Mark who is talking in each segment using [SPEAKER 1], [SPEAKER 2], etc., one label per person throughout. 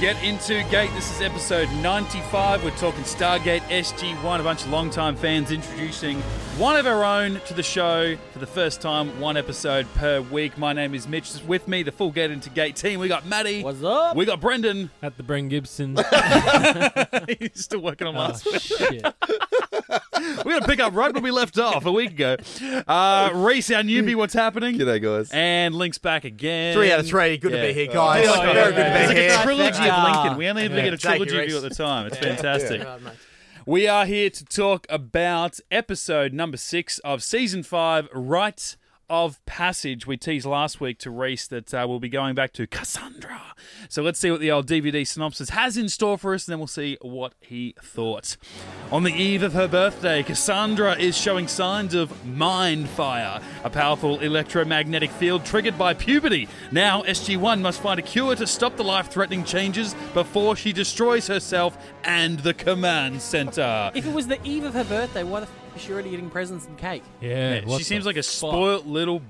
[SPEAKER 1] Get into Gate. This is episode 95. We're talking Stargate SG1. A bunch of longtime fans introducing one of our own to the show for the first time, one episode per week. My name is Mitch. With me, the full Get into Gate team. We got Maddie.
[SPEAKER 2] What's up?
[SPEAKER 1] We got Brendan.
[SPEAKER 3] At the Bren Gibson.
[SPEAKER 1] He's still working on
[SPEAKER 3] oh,
[SPEAKER 1] last
[SPEAKER 3] shit.
[SPEAKER 1] We're going to pick up right where we left off a week ago. Uh, Reese, our newbie, what's happening?
[SPEAKER 4] G'day, guys.
[SPEAKER 1] And Link's back again.
[SPEAKER 5] Three out of three. Good
[SPEAKER 1] Yeah.
[SPEAKER 5] to be here, guys.
[SPEAKER 4] Oh, yeah.
[SPEAKER 5] Very good
[SPEAKER 1] It's
[SPEAKER 5] to
[SPEAKER 1] like
[SPEAKER 5] be
[SPEAKER 1] a
[SPEAKER 5] here.
[SPEAKER 1] trilogy of
[SPEAKER 2] Yeah.
[SPEAKER 1] Lincoln. We only ever get a
[SPEAKER 5] Thank you,
[SPEAKER 1] trilogy
[SPEAKER 5] Reese.
[SPEAKER 1] view at the time. It's fantastic.
[SPEAKER 2] Right, mate.
[SPEAKER 1] We are here to talk about episode number six of season five, Rites of Passage. We teased last week to Reese that uh, we'll be going back to Cassandra. So let's see what the old DVD synopsis has in store for us, and then we'll see what he thought. On the eve of her birthday, Cassandra is showing signs of mind fire, a powerful electromagnetic field triggered by puberty. Now, SG1 must find a cure to stop the life threatening changes before she destroys herself and the command center.
[SPEAKER 2] If it was the eve of her birthday, why the f is she already getting presents and cake?
[SPEAKER 3] Yeah.
[SPEAKER 1] Yeah,
[SPEAKER 3] what
[SPEAKER 1] she seems
[SPEAKER 3] the
[SPEAKER 1] like a
[SPEAKER 3] fuck?
[SPEAKER 1] spoilt little.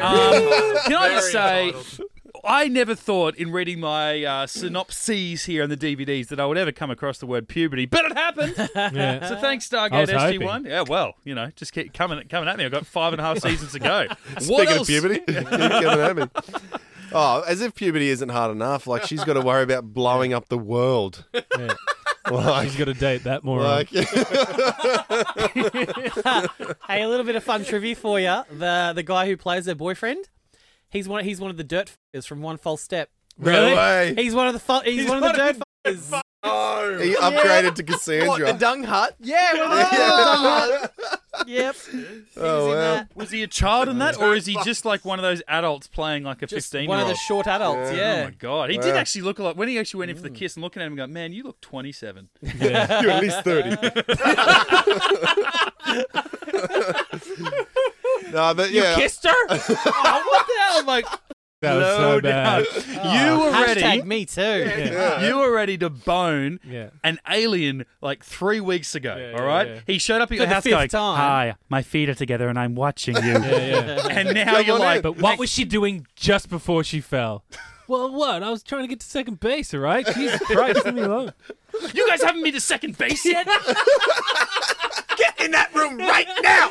[SPEAKER 1] Um,
[SPEAKER 5] entitled.
[SPEAKER 1] can I
[SPEAKER 5] Very
[SPEAKER 1] just say,
[SPEAKER 5] entitled.
[SPEAKER 1] I never thought in reading my uh, synopses here on the DVDs that I would ever come across the word puberty, but it happened.
[SPEAKER 3] Yeah.
[SPEAKER 1] So thanks,
[SPEAKER 3] I
[SPEAKER 1] Stargate
[SPEAKER 3] was
[SPEAKER 1] SG One. Yeah, well, you know, just keep coming coming at me. I've got five and a half seasons to go. what
[SPEAKER 4] Speaking
[SPEAKER 1] else?
[SPEAKER 4] of puberty, keep coming at me. Oh, as if puberty isn't hard enough. Like she's got to worry about blowing up the world.
[SPEAKER 3] Yeah.
[SPEAKER 4] Like,
[SPEAKER 3] She's got to date that moron.
[SPEAKER 4] like
[SPEAKER 2] Hey, a little bit of fun trivia for you. The the guy who plays her boyfriend, he's one he's one of the dirt f***ers from One False Step.
[SPEAKER 4] no way.
[SPEAKER 2] He's one of the fu- he's, one of the dirt f***ers.
[SPEAKER 4] He upgraded to
[SPEAKER 5] What, the
[SPEAKER 4] Cassandra.
[SPEAKER 5] dung hut?
[SPEAKER 2] Yeah, one of the
[SPEAKER 4] Yeah.
[SPEAKER 2] Yep.
[SPEAKER 4] Oh,
[SPEAKER 2] He's in
[SPEAKER 4] wow.
[SPEAKER 2] that.
[SPEAKER 1] Was he a child in that, or is he just like one of those adults playing like a
[SPEAKER 2] Just
[SPEAKER 1] fifteen?
[SPEAKER 2] one of the short adults.
[SPEAKER 1] Oh
[SPEAKER 2] Yeah.
[SPEAKER 1] my god, he did
[SPEAKER 4] Wow.
[SPEAKER 1] actually look like when he actually went in for
[SPEAKER 3] Mm.
[SPEAKER 1] the kiss and looking at him, and go, man, you look twenty seven.
[SPEAKER 3] Yeah.
[SPEAKER 4] You're at least thirty. no, but yeah,
[SPEAKER 2] Kissed her. oh, what the hell? Uh,
[SPEAKER 1] I'm like,
[SPEAKER 3] That was
[SPEAKER 1] no
[SPEAKER 3] so bad.
[SPEAKER 1] doubt. You were ready.
[SPEAKER 2] Hashtag me too.
[SPEAKER 4] Yeah.
[SPEAKER 1] You were ready to bone
[SPEAKER 3] Yeah.
[SPEAKER 1] an alien like three weeks ago.
[SPEAKER 3] Yeah,
[SPEAKER 1] all
[SPEAKER 3] yeah,
[SPEAKER 1] right,
[SPEAKER 3] yeah.
[SPEAKER 1] he showed up at
[SPEAKER 2] For
[SPEAKER 1] your
[SPEAKER 2] the
[SPEAKER 1] house
[SPEAKER 2] fifth
[SPEAKER 1] going,
[SPEAKER 2] time.
[SPEAKER 1] "Hi, my feet are together and I'm watching you."
[SPEAKER 3] Yeah, yeah.
[SPEAKER 1] And now you're
[SPEAKER 4] on
[SPEAKER 1] like,
[SPEAKER 4] in.
[SPEAKER 3] But what was she doing just before she fell? Well, what? I was trying to get to second base, all right? Jesus Christ, leave me alone.
[SPEAKER 1] "You guys haven't been to second base yet."
[SPEAKER 5] Get in that room right now.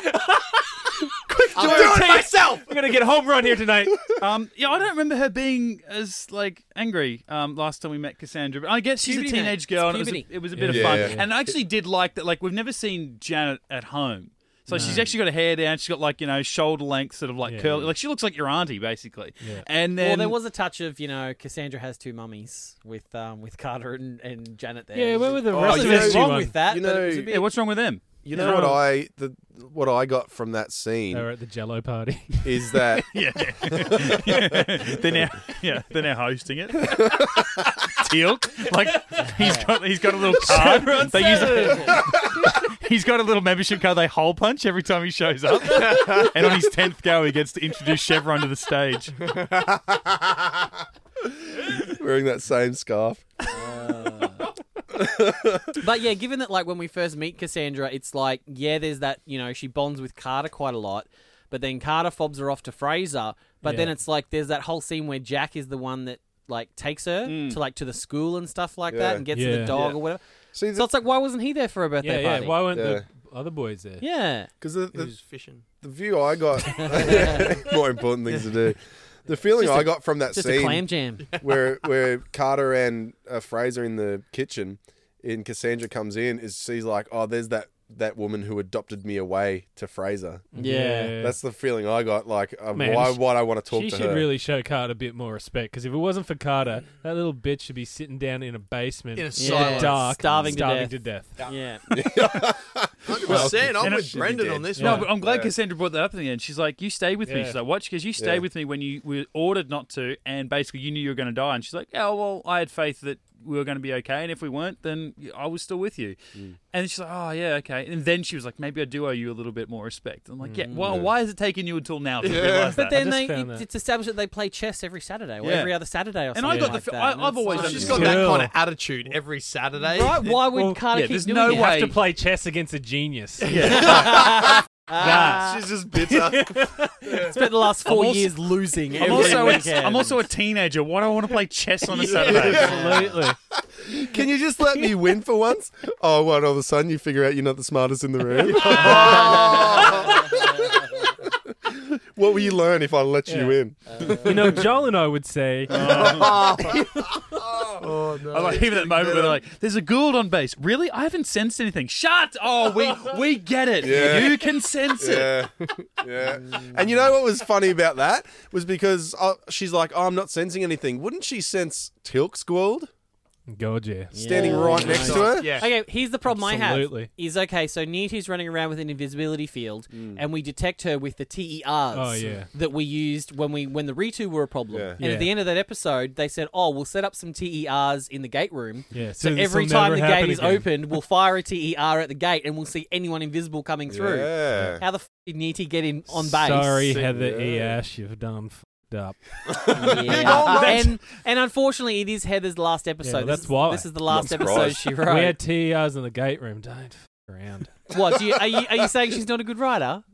[SPEAKER 5] Quick, I'm
[SPEAKER 3] Joy,
[SPEAKER 5] doing
[SPEAKER 3] take-
[SPEAKER 5] it myself.
[SPEAKER 3] I'm going to get a home run here tonight.
[SPEAKER 1] um, yeah, I don't remember her being as like angry um, last time we met Cassandra. But I guess she's
[SPEAKER 2] Puberty,
[SPEAKER 1] a
[SPEAKER 2] mate.
[SPEAKER 1] teenage girl,
[SPEAKER 2] It's
[SPEAKER 1] and it was
[SPEAKER 2] puberty.
[SPEAKER 1] a, it was a bit
[SPEAKER 4] Yeah.
[SPEAKER 1] of fun.
[SPEAKER 4] Yeah.
[SPEAKER 1] And I actually did like that. Like we've never seen Janet at home. So she's actually got her hair down. She's got like you know shoulder length, sort of like
[SPEAKER 3] Yeah.
[SPEAKER 1] curly. Like she looks like your auntie basically.
[SPEAKER 3] Yeah.
[SPEAKER 1] And then
[SPEAKER 2] Well, there was a touch of you know Cassandra has two mummies with um with Carter and, and Janet there.
[SPEAKER 3] Yeah, where were the
[SPEAKER 2] Oh,
[SPEAKER 3] rest
[SPEAKER 2] so
[SPEAKER 3] of
[SPEAKER 2] there's
[SPEAKER 3] SG1?
[SPEAKER 2] wrong with that?
[SPEAKER 4] You
[SPEAKER 2] but it was a
[SPEAKER 4] know-
[SPEAKER 2] bit-
[SPEAKER 1] yeah, what's wrong with them?
[SPEAKER 4] you know what I the what I got from that scene
[SPEAKER 3] They were at the Jello party.
[SPEAKER 4] is that
[SPEAKER 1] Yeah. they're now yeah, they're now hosting it. Teal'c. Like he's got he's got a little card. They use He's got a little membership card they hole punch every time he shows up. and on his tenth go he gets to introduce Chevron to the stage.
[SPEAKER 4] wearing that same scarf.
[SPEAKER 2] But yeah, given that like when we first meet Cassandra, it's like yeah, there's that you know she bonds with Carter quite a lot, but then Carter fobs her off to Fraser. But then
[SPEAKER 3] Yeah.
[SPEAKER 2] it's like there's that whole scene where Jack is the one that like takes her to like to the school and stuff like
[SPEAKER 4] Yeah.
[SPEAKER 2] that and gets her the
[SPEAKER 3] Yeah.
[SPEAKER 2] dog
[SPEAKER 4] Yeah.
[SPEAKER 2] or whatever.
[SPEAKER 4] See,
[SPEAKER 2] So it's like why wasn't he there for her
[SPEAKER 3] yeah,
[SPEAKER 2] birthday
[SPEAKER 3] yeah.
[SPEAKER 2] party?
[SPEAKER 3] Why weren't
[SPEAKER 4] Yeah.
[SPEAKER 3] the other boys there?
[SPEAKER 2] Yeah.
[SPEAKER 4] because the,
[SPEAKER 5] He
[SPEAKER 4] the,
[SPEAKER 5] was fishing.
[SPEAKER 4] the view I got more important things to do. The feeling
[SPEAKER 2] Just a-
[SPEAKER 4] I got from that
[SPEAKER 2] Just a
[SPEAKER 4] scene
[SPEAKER 2] clam jam.
[SPEAKER 4] where where Carter and uh, Fraser in the kitchen, and Cassandra comes in, is she's like, "Oh, there's that that woman who adopted me away to Fraser."
[SPEAKER 2] Yeah.
[SPEAKER 4] That's the feeling I got. Like, uh,
[SPEAKER 3] Man,
[SPEAKER 4] why
[SPEAKER 3] she-
[SPEAKER 4] would I want to talk
[SPEAKER 3] she
[SPEAKER 4] to
[SPEAKER 3] should
[SPEAKER 4] her?
[SPEAKER 3] really show Carter a bit more respect because if it wasn't for Carter, that little bitch should be sitting down in a basement
[SPEAKER 5] In a
[SPEAKER 3] the
[SPEAKER 5] silence.
[SPEAKER 3] dark,
[SPEAKER 2] Starving to death.
[SPEAKER 3] to death.
[SPEAKER 2] Yeah.
[SPEAKER 5] Percent. I'm
[SPEAKER 1] and it
[SPEAKER 5] with
[SPEAKER 4] should be
[SPEAKER 5] Brendan
[SPEAKER 4] dead.
[SPEAKER 5] on this
[SPEAKER 3] Yeah.
[SPEAKER 1] No,
[SPEAKER 5] one.
[SPEAKER 1] but I'm glad
[SPEAKER 4] Yeah.
[SPEAKER 1] Cassandra brought that up in the end. She's like, You stay with me.
[SPEAKER 3] Yeah.
[SPEAKER 1] She's like, Watch, because you stayed
[SPEAKER 4] Yeah.
[SPEAKER 1] with me when you were ordered not to, and basically you knew you were going to die. And she's like, Yeah, well, I had faith that we were going to be okay. And if we weren't, then I was still with you.
[SPEAKER 4] Mm.
[SPEAKER 1] And she's like, Oh, yeah, okay. And then she was like, Maybe I do owe you a little bit more respect. I'm like, Yeah,
[SPEAKER 4] Mm,
[SPEAKER 1] well, why has it taken you until now to realize
[SPEAKER 2] But
[SPEAKER 1] that?
[SPEAKER 2] then
[SPEAKER 3] just
[SPEAKER 2] they
[SPEAKER 3] found
[SPEAKER 2] it,
[SPEAKER 3] that-
[SPEAKER 2] it's established that they play chess every Saturday or
[SPEAKER 1] Yeah.
[SPEAKER 2] every other Saturday or
[SPEAKER 1] And I
[SPEAKER 2] something.
[SPEAKER 1] got
[SPEAKER 2] like
[SPEAKER 1] the fe-
[SPEAKER 2] that.
[SPEAKER 1] I-
[SPEAKER 2] And
[SPEAKER 1] I've
[SPEAKER 2] it's
[SPEAKER 1] always
[SPEAKER 2] like-
[SPEAKER 1] done
[SPEAKER 5] She's
[SPEAKER 1] She's
[SPEAKER 5] got
[SPEAKER 3] got
[SPEAKER 5] that
[SPEAKER 3] that
[SPEAKER 5] kind
[SPEAKER 3] kinda
[SPEAKER 5] of attitude every Saturday.
[SPEAKER 2] Right? Why would
[SPEAKER 3] Well,
[SPEAKER 2] Carter
[SPEAKER 1] yeah,
[SPEAKER 2] keep
[SPEAKER 1] there's
[SPEAKER 2] doing
[SPEAKER 1] no
[SPEAKER 2] that?
[SPEAKER 1] way-
[SPEAKER 3] Have to play chess against a genius.
[SPEAKER 2] Ah,
[SPEAKER 5] She's just bitter.
[SPEAKER 2] spent the last 4
[SPEAKER 1] also-
[SPEAKER 2] years losing.
[SPEAKER 1] I'm
[SPEAKER 2] every
[SPEAKER 1] also, a,
[SPEAKER 2] weekend.
[SPEAKER 1] I'm also a teenager. Why do I want to play chess on a Saturday?
[SPEAKER 3] Absolutely.
[SPEAKER 4] Can you just let me win for once? Oh, what? All of a sudden, you figure out you're not the smartest in the room. what will you learn if I let you in?
[SPEAKER 3] You know, Joel and I would say,
[SPEAKER 4] Oh no!
[SPEAKER 1] I like even at the moment where they're like, "There's a Gould on base." Really, I haven't sensed anything. Shut! Oh, we we get it.
[SPEAKER 4] Yeah.
[SPEAKER 1] You can sense it.
[SPEAKER 4] Yeah, yeah. And you know what was funny about that was because uh, she's like, oh, "I'm not sensing anything." Wouldn't she sense Tilk squalled
[SPEAKER 3] gorgeous.
[SPEAKER 4] standing
[SPEAKER 2] Yeah.
[SPEAKER 4] right next to her?
[SPEAKER 5] Yeah.
[SPEAKER 2] Okay, here's the problem I have.
[SPEAKER 3] Absolutely.
[SPEAKER 2] Is okay, so Nitu's running around with an invisibility field, and we detect her with the TERs
[SPEAKER 3] Mm. Oh, yeah.
[SPEAKER 2] that we used when we when the Ritu were a problem.
[SPEAKER 4] Yeah.
[SPEAKER 2] And
[SPEAKER 3] Yeah.
[SPEAKER 2] at the end of that episode, they said, "Oh, we'll set up some TERs in the gate room.
[SPEAKER 3] Yeah,
[SPEAKER 2] so
[SPEAKER 3] so this
[SPEAKER 2] every
[SPEAKER 3] will
[SPEAKER 2] time
[SPEAKER 3] never
[SPEAKER 2] the
[SPEAKER 3] happen
[SPEAKER 2] gate is
[SPEAKER 3] again."
[SPEAKER 2] opened, we'll fire a TER at the gate, and we'll see anyone invisible coming through.
[SPEAKER 4] Yeah.
[SPEAKER 2] How the f- did Nitu get in on base?
[SPEAKER 3] Sorry, Heather
[SPEAKER 4] Yeah.
[SPEAKER 3] E. Ash, you've done fucked up.
[SPEAKER 2] Yeah. and and unfortunately, it is Heather's last episode.
[SPEAKER 3] well,
[SPEAKER 2] This
[SPEAKER 3] that's
[SPEAKER 2] is-
[SPEAKER 3] why.
[SPEAKER 2] this is the last
[SPEAKER 4] I'm
[SPEAKER 2] episode
[SPEAKER 4] surprised.
[SPEAKER 2] she wrote.
[SPEAKER 3] We had TERs in the gate room. Don't f- around.
[SPEAKER 2] What do you, are you are you saying she's not a good writer?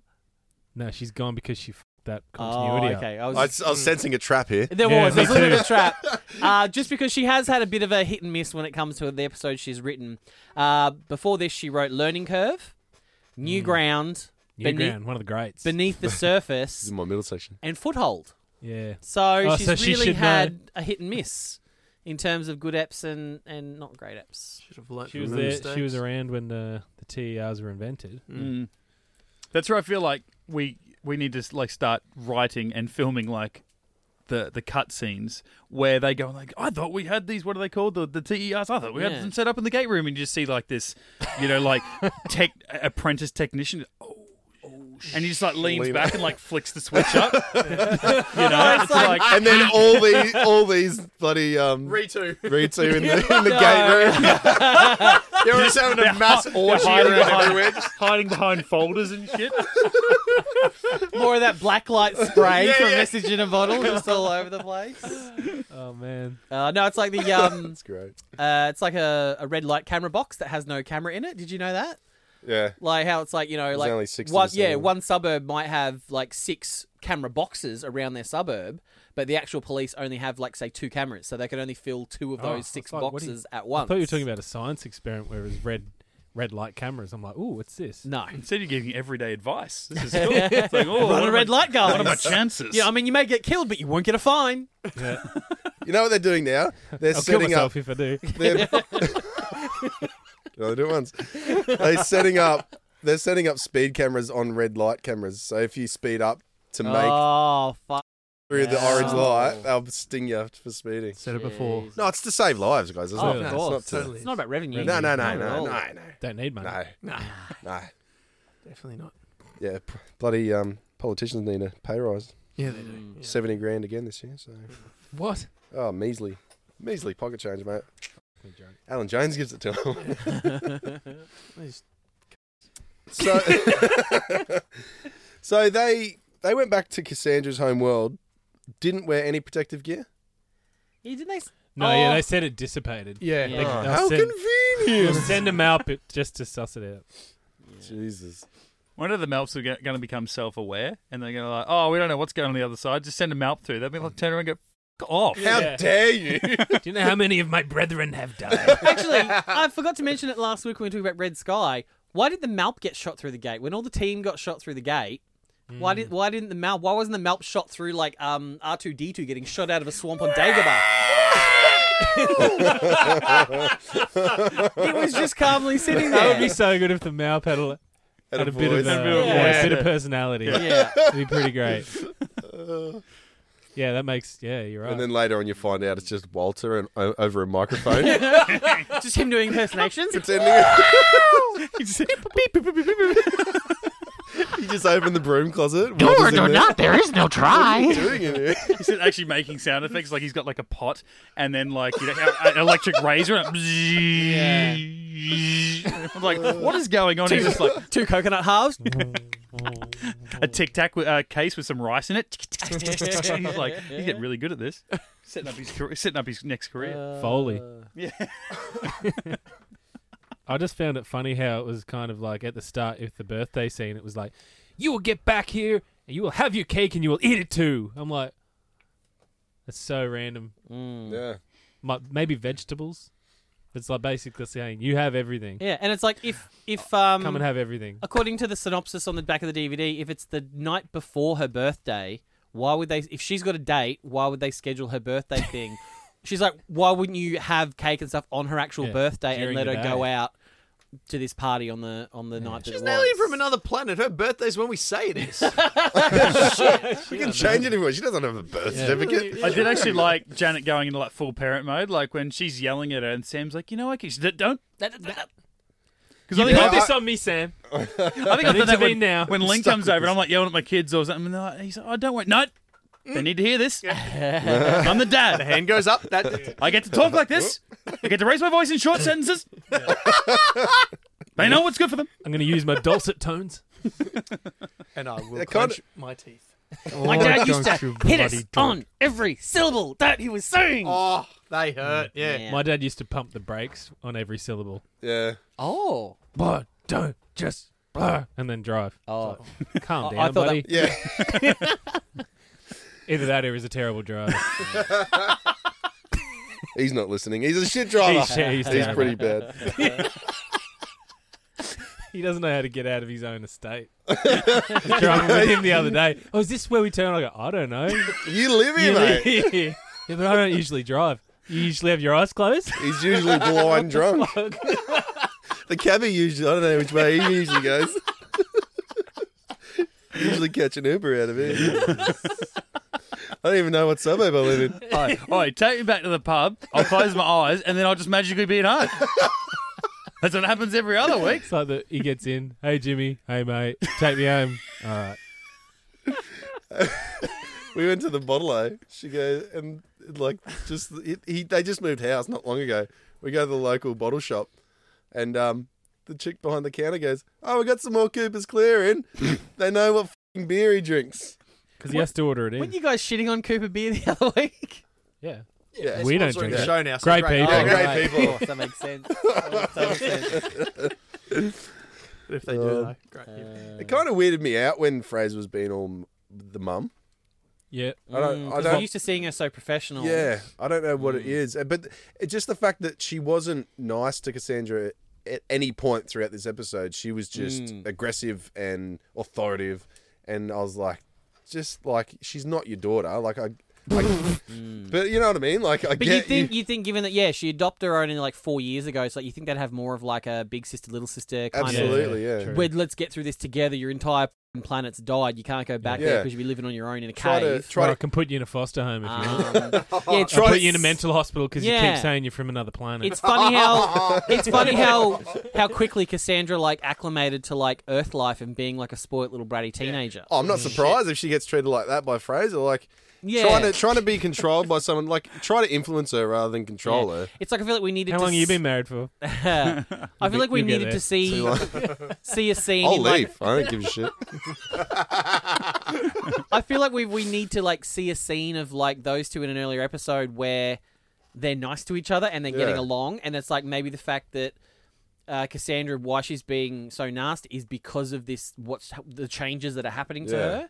[SPEAKER 3] No, she's gone because she f- that continuity.
[SPEAKER 2] Oh,
[SPEAKER 3] up.
[SPEAKER 2] okay. I
[SPEAKER 4] I,
[SPEAKER 2] was,
[SPEAKER 4] was, I was sensing a trap here.
[SPEAKER 2] there
[SPEAKER 3] Yeah,
[SPEAKER 2] was
[SPEAKER 3] me
[SPEAKER 2] there's a little bit
[SPEAKER 3] too.
[SPEAKER 2] of trap. Uh, just because she has had a bit of a hit and miss when it comes to the episodes she's written. Uh, before this, she wrote "Learning Curve,"
[SPEAKER 3] Mm.
[SPEAKER 2] "New Ground,"
[SPEAKER 3] New
[SPEAKER 2] Beneath-
[SPEAKER 3] ground, one of the greats.
[SPEAKER 2] "Beneath the
[SPEAKER 4] This
[SPEAKER 2] Surface,"
[SPEAKER 4] is my middle section.
[SPEAKER 2] and "Foothold."
[SPEAKER 3] yeah.
[SPEAKER 2] So
[SPEAKER 3] Oh,
[SPEAKER 2] she's
[SPEAKER 3] so she
[SPEAKER 2] really
[SPEAKER 3] should
[SPEAKER 2] had a hit and miss in terms of good eps and, and not great eps.
[SPEAKER 5] Should have learnt
[SPEAKER 3] She was
[SPEAKER 5] from her
[SPEAKER 3] there. She
[SPEAKER 5] mistakes.
[SPEAKER 3] was around when the, the TERs were invented.
[SPEAKER 1] Mm. That's where I feel like we we need to like start writing and filming like the the cut scenes where they go like I thought we had these what are they called the the TERs I thought we
[SPEAKER 2] Yeah.
[SPEAKER 1] had them set up in the gate room and you just see like this you know like tech apprentice technician oh, oh and he just like leans
[SPEAKER 4] Lean
[SPEAKER 1] back and like flicks the switch up you know it's like
[SPEAKER 4] And then all these, all these bloody um,
[SPEAKER 5] Ritu.
[SPEAKER 4] Ritu in the, in the gate room.
[SPEAKER 5] They were just having a mass orgy
[SPEAKER 1] hiding
[SPEAKER 5] around
[SPEAKER 1] behind-
[SPEAKER 5] everywhere. Just-
[SPEAKER 1] hiding behind folders and shit
[SPEAKER 2] More of that black light spray
[SPEAKER 5] Yeah,
[SPEAKER 2] from
[SPEAKER 5] yeah.
[SPEAKER 2] Message in a Bottle just all over the place.
[SPEAKER 3] Oh man.
[SPEAKER 2] Uh, no, it's like the um,
[SPEAKER 4] That's great.
[SPEAKER 2] Uh, it's like a, a red light camera box that has no camera in it. Did you know that?
[SPEAKER 4] Yeah.
[SPEAKER 2] Like how it's like you know, like
[SPEAKER 4] only six of
[SPEAKER 2] one,
[SPEAKER 4] us
[SPEAKER 2] yeah,
[SPEAKER 4] anyway.
[SPEAKER 2] one suburb might have like six camera boxes around their suburb, but the actual police only have like say two cameras, so they can only fill two of
[SPEAKER 3] Oh,
[SPEAKER 2] those
[SPEAKER 3] it's
[SPEAKER 2] six
[SPEAKER 3] like, what do you-
[SPEAKER 2] boxes at once.
[SPEAKER 3] I thought you were talking about a science experiment where it was red red light cameras. I'm like, ooh, what's this?
[SPEAKER 2] no.
[SPEAKER 1] instead you're giving everyday advice this is cool it's like oh
[SPEAKER 2] Run
[SPEAKER 1] what
[SPEAKER 2] a
[SPEAKER 1] are
[SPEAKER 2] red
[SPEAKER 1] my-
[SPEAKER 2] light
[SPEAKER 1] what are my
[SPEAKER 2] gun.
[SPEAKER 1] chances
[SPEAKER 2] Yeah, I mean you may get killed, but you won't get a fine.
[SPEAKER 3] Yeah.
[SPEAKER 4] You know what they're doing now? They're
[SPEAKER 3] I'll kill
[SPEAKER 4] setting up.
[SPEAKER 3] myself if I do.
[SPEAKER 4] They're, no, they do it once. They're setting up. They're setting up speed cameras on red light cameras. So if you speed up to make
[SPEAKER 2] Oh fuck!
[SPEAKER 4] through the orange
[SPEAKER 2] wow.
[SPEAKER 4] light, they'll sting you for speeding.
[SPEAKER 3] Said it before.
[SPEAKER 2] Jeez.
[SPEAKER 4] No, it's to save lives, guys. Isn't
[SPEAKER 2] Oh,
[SPEAKER 4] it?
[SPEAKER 2] of
[SPEAKER 4] It's
[SPEAKER 2] course.
[SPEAKER 4] not to-
[SPEAKER 5] Totally.
[SPEAKER 2] It's not about revenue.
[SPEAKER 4] No, no, no,
[SPEAKER 2] Not at
[SPEAKER 4] no,
[SPEAKER 2] all.
[SPEAKER 4] no,
[SPEAKER 3] Don't need
[SPEAKER 4] no,
[SPEAKER 3] money.
[SPEAKER 4] no,
[SPEAKER 5] Nah,
[SPEAKER 4] no.
[SPEAKER 5] definitely not.
[SPEAKER 4] Yeah, p- bloody um, politicians need a pay rise.
[SPEAKER 5] Yeah,
[SPEAKER 4] Mm.
[SPEAKER 5] they do.
[SPEAKER 2] Mm.
[SPEAKER 5] Yeah.
[SPEAKER 4] Seventy grand again this year. So,
[SPEAKER 3] What?
[SPEAKER 4] oh, measly, measly pocket change, mate.
[SPEAKER 3] Fucking joke.
[SPEAKER 4] Alan Jones gives it to him.
[SPEAKER 5] These-
[SPEAKER 4] So, so they they went back to Cassandra's home world. Didn't wear any protective gear.
[SPEAKER 2] Yeah, didn't they? s-
[SPEAKER 3] No,
[SPEAKER 2] Oh.
[SPEAKER 3] yeah, they said it dissipated.
[SPEAKER 5] Yeah.
[SPEAKER 2] Yeah.
[SPEAKER 3] They'll
[SPEAKER 4] How
[SPEAKER 3] send, they'll
[SPEAKER 4] convenient!
[SPEAKER 3] send them out but just to suss it out.
[SPEAKER 4] Jesus.
[SPEAKER 1] One of the Melps are going to become self-aware, and they're going to like, oh, we don't know what's going on the other side. Just send a Melp through. They'll be like, turn around and go, F- off.
[SPEAKER 4] How
[SPEAKER 3] Yeah.
[SPEAKER 4] dare you?
[SPEAKER 3] Do you know how many of my brethren have died?
[SPEAKER 2] Actually, I forgot to mention it last week when we talked about Red Sky. Why did the Malp get shot through the gate? When all the team got shot through the gate, why did why didn't the Malp? Why wasn't the Malp shot through like um R two D two getting shot out of a swamp on Dagobah? it was just calmly sitting
[SPEAKER 3] that would
[SPEAKER 2] there.
[SPEAKER 3] be so good if the Maup had a, had a, bit of
[SPEAKER 4] voice.
[SPEAKER 3] uh,
[SPEAKER 1] bit of
[SPEAKER 3] yeah,
[SPEAKER 2] voice.
[SPEAKER 3] a bit of personality.
[SPEAKER 2] yeah,
[SPEAKER 3] It'd be pretty great. Yeah, that makes yeah, you're right.
[SPEAKER 4] And then later on, you find out it's just Walter and o- over a microphone.
[SPEAKER 2] just him doing impersonations.
[SPEAKER 4] pretending
[SPEAKER 1] He's like,
[SPEAKER 4] you just open the broom closet. Door or not, there is no try. What are you doing in here?
[SPEAKER 1] he's actually making sound effects. Like he's got like a pot, and then like you know, an electric razor. And I'm like, what is going on? He's just like
[SPEAKER 2] Two coconut halves.
[SPEAKER 1] a tic tac uh, case with some rice in it. he's like, he's getting really good at this. Setting up his career, setting up his next career.
[SPEAKER 3] Foley.
[SPEAKER 5] Uh,
[SPEAKER 1] yeah.
[SPEAKER 3] I just found it funny how it was kind of like at the start with the birthday scene, it was like, You will get back here and you will have your cake and you will eat it too. I'm like, that's so random.
[SPEAKER 4] Yeah.
[SPEAKER 3] Mi- Maybe vegetables. It's like basically saying you have everything.
[SPEAKER 2] Yeah, and it's like if if um
[SPEAKER 3] Come and have everything.
[SPEAKER 5] Uh,
[SPEAKER 2] according to the synopsis on the back of the DVD, if it's the night before her birthday, why would they? If she's got a date, why would they schedule her birthday thing? she's like, why wouldn't you have cake and stuff on her actual
[SPEAKER 3] Yeah,
[SPEAKER 2] birthday and
[SPEAKER 3] during
[SPEAKER 2] let
[SPEAKER 3] the
[SPEAKER 2] her go
[SPEAKER 3] day.
[SPEAKER 2] out to this party on the on the night that
[SPEAKER 5] She's
[SPEAKER 2] it
[SPEAKER 5] an alien
[SPEAKER 2] was?
[SPEAKER 5] from another planet. Her birthday's when we say it is.
[SPEAKER 4] We can change it anyway. She doesn't have a birth certificate.
[SPEAKER 1] I did actually like Janet going into like full parent mode, like when she's yelling at her and Sam's like, you know what, she's, don't. Because I
[SPEAKER 3] You
[SPEAKER 1] think,
[SPEAKER 3] put
[SPEAKER 1] I,
[SPEAKER 3] this on me, Sam.
[SPEAKER 1] I think I've done that
[SPEAKER 3] intervene
[SPEAKER 1] when,
[SPEAKER 3] now.
[SPEAKER 1] when
[SPEAKER 3] I'm
[SPEAKER 1] Link
[SPEAKER 3] stuck
[SPEAKER 1] comes
[SPEAKER 3] with
[SPEAKER 1] over and I'm like yelling at my kids or something. And I- he's like, oh, don't worry. No, they need to hear this. I'm the dad.
[SPEAKER 5] Hand goes up. That
[SPEAKER 1] I get to talk like this. I get to raise my voice in short sentences. they know what's good for them.
[SPEAKER 3] I'm going to use my dulcet tones.
[SPEAKER 5] and I will
[SPEAKER 4] It kinda-
[SPEAKER 5] clench my teeth.
[SPEAKER 2] My dad used
[SPEAKER 3] Oh, Don't you
[SPEAKER 2] to hit us
[SPEAKER 3] bloody
[SPEAKER 2] on every syllable that he was saying.
[SPEAKER 5] Oh, they hurt. Yeah.
[SPEAKER 3] My dad used to pump the brakes on every syllable.
[SPEAKER 4] Yeah.
[SPEAKER 2] Oh.
[SPEAKER 3] But don't just blah, and then drive.
[SPEAKER 2] Oh.
[SPEAKER 3] Calm
[SPEAKER 2] I- I
[SPEAKER 3] down,
[SPEAKER 2] thought
[SPEAKER 3] buddy.
[SPEAKER 4] Yeah.
[SPEAKER 3] Either that or he's a terrible driver.
[SPEAKER 4] He's not listening. He's a shit driver.
[SPEAKER 3] He's shit, he's terrible.
[SPEAKER 4] Oh. pretty bad.
[SPEAKER 3] He doesn't know how to get out of his own estate. I was driving with him the other day. Oh, is this where we turn? I go, I don't know.
[SPEAKER 4] You live here, mate.
[SPEAKER 3] yeah, but I don't usually drive. You usually have your eyes closed.
[SPEAKER 4] He's usually blind drunk. the cabbie usually, I don't know which way he usually goes. usually catch an Uber out of here. I don't even know what suburb I live in.
[SPEAKER 1] Oi, oi, take me back to the pub. I'll close my eyes and then I'll just magically be at home. That's what happens every other week.
[SPEAKER 3] It's like that he gets in. Hey Jimmy. Hey mate. Take me home. All right.
[SPEAKER 4] We went to the bottle. She goes and like just it, he they just moved house not long ago. We go to the local bottle shop, and um, the chick behind the counter goes, "Oh, we got some more Cooper's Clear in. they know what fing beer he drinks."
[SPEAKER 3] Because he has to order it in.
[SPEAKER 2] Weren't you guys shitting on Cooper Beer the other week?
[SPEAKER 3] yeah.
[SPEAKER 4] Yeah,
[SPEAKER 3] We don't drink
[SPEAKER 5] the
[SPEAKER 3] it.
[SPEAKER 5] show now. so
[SPEAKER 3] Great people.
[SPEAKER 4] Yeah, great
[SPEAKER 2] Oh, right.
[SPEAKER 4] people.
[SPEAKER 2] Of course, that makes sense. That makes sense.
[SPEAKER 5] If they do,
[SPEAKER 4] Um,
[SPEAKER 5] though. Great people.
[SPEAKER 4] it kind of weirded me out when Fraser was being all m- the mum.
[SPEAKER 3] Yeah.
[SPEAKER 4] I don't, I
[SPEAKER 2] Because Mm, we're
[SPEAKER 4] don't,
[SPEAKER 2] used to seeing her so professional.
[SPEAKER 4] yeah, I don't know what
[SPEAKER 2] Hmm.
[SPEAKER 4] it is, Uh, but it's just the fact that she wasn't nice to Cassandra at any point throughout this episode. She was just
[SPEAKER 2] Hmm.
[SPEAKER 4] aggressive and authoritative, and I was like, just like she's not your daughter, like I. I
[SPEAKER 2] Mm.
[SPEAKER 4] But you know what I mean? Like I
[SPEAKER 2] But
[SPEAKER 4] get
[SPEAKER 2] you think you think given that yeah she adopted her own in like four years ago, so like, you think they'd have more of like a big sister little sister kind of
[SPEAKER 4] absolutely, yeah.
[SPEAKER 3] true.
[SPEAKER 2] where let's get through this together. Your entire f***ing planet's died. You can't go back there
[SPEAKER 4] Yeah.
[SPEAKER 2] because you'll be living on your own in a
[SPEAKER 4] Try to
[SPEAKER 2] cave.
[SPEAKER 4] try
[SPEAKER 3] or I
[SPEAKER 4] to
[SPEAKER 3] can put you in a foster home if you want.
[SPEAKER 2] Um, yeah,
[SPEAKER 3] I'll
[SPEAKER 2] try.
[SPEAKER 3] put you in a mental hospital because you
[SPEAKER 2] Yeah.
[SPEAKER 3] keep saying you're from another planet.
[SPEAKER 2] It's funny how it's funny how how quickly Cassandra like acclimated to like Earth life and being like a spoilt little bratty teenager.
[SPEAKER 4] Oh, I'm not surprised if she gets treated like that by Fraser. Like
[SPEAKER 2] Yeah.
[SPEAKER 4] trying to trying to be controlled by someone. Like try to influence her rather than
[SPEAKER 2] Yeah.
[SPEAKER 4] control her.
[SPEAKER 2] It's like I feel like we needed.
[SPEAKER 3] how
[SPEAKER 2] to
[SPEAKER 3] long have you
[SPEAKER 2] s-
[SPEAKER 3] been married for?
[SPEAKER 2] I feel like we
[SPEAKER 3] you'll get
[SPEAKER 2] needed
[SPEAKER 3] there.
[SPEAKER 2] to see see a scene.
[SPEAKER 4] I'll
[SPEAKER 2] in, like-
[SPEAKER 4] leave. I don't give a shit.
[SPEAKER 2] I feel like we we need to like see a scene of like those two in an earlier episode where they're nice to each other and they're getting
[SPEAKER 4] Yeah.
[SPEAKER 2] along, and it's like maybe the fact that uh, Cassandra, why she's being so nasty, is because of this what's the changes that are happening to
[SPEAKER 4] Yeah.
[SPEAKER 2] her.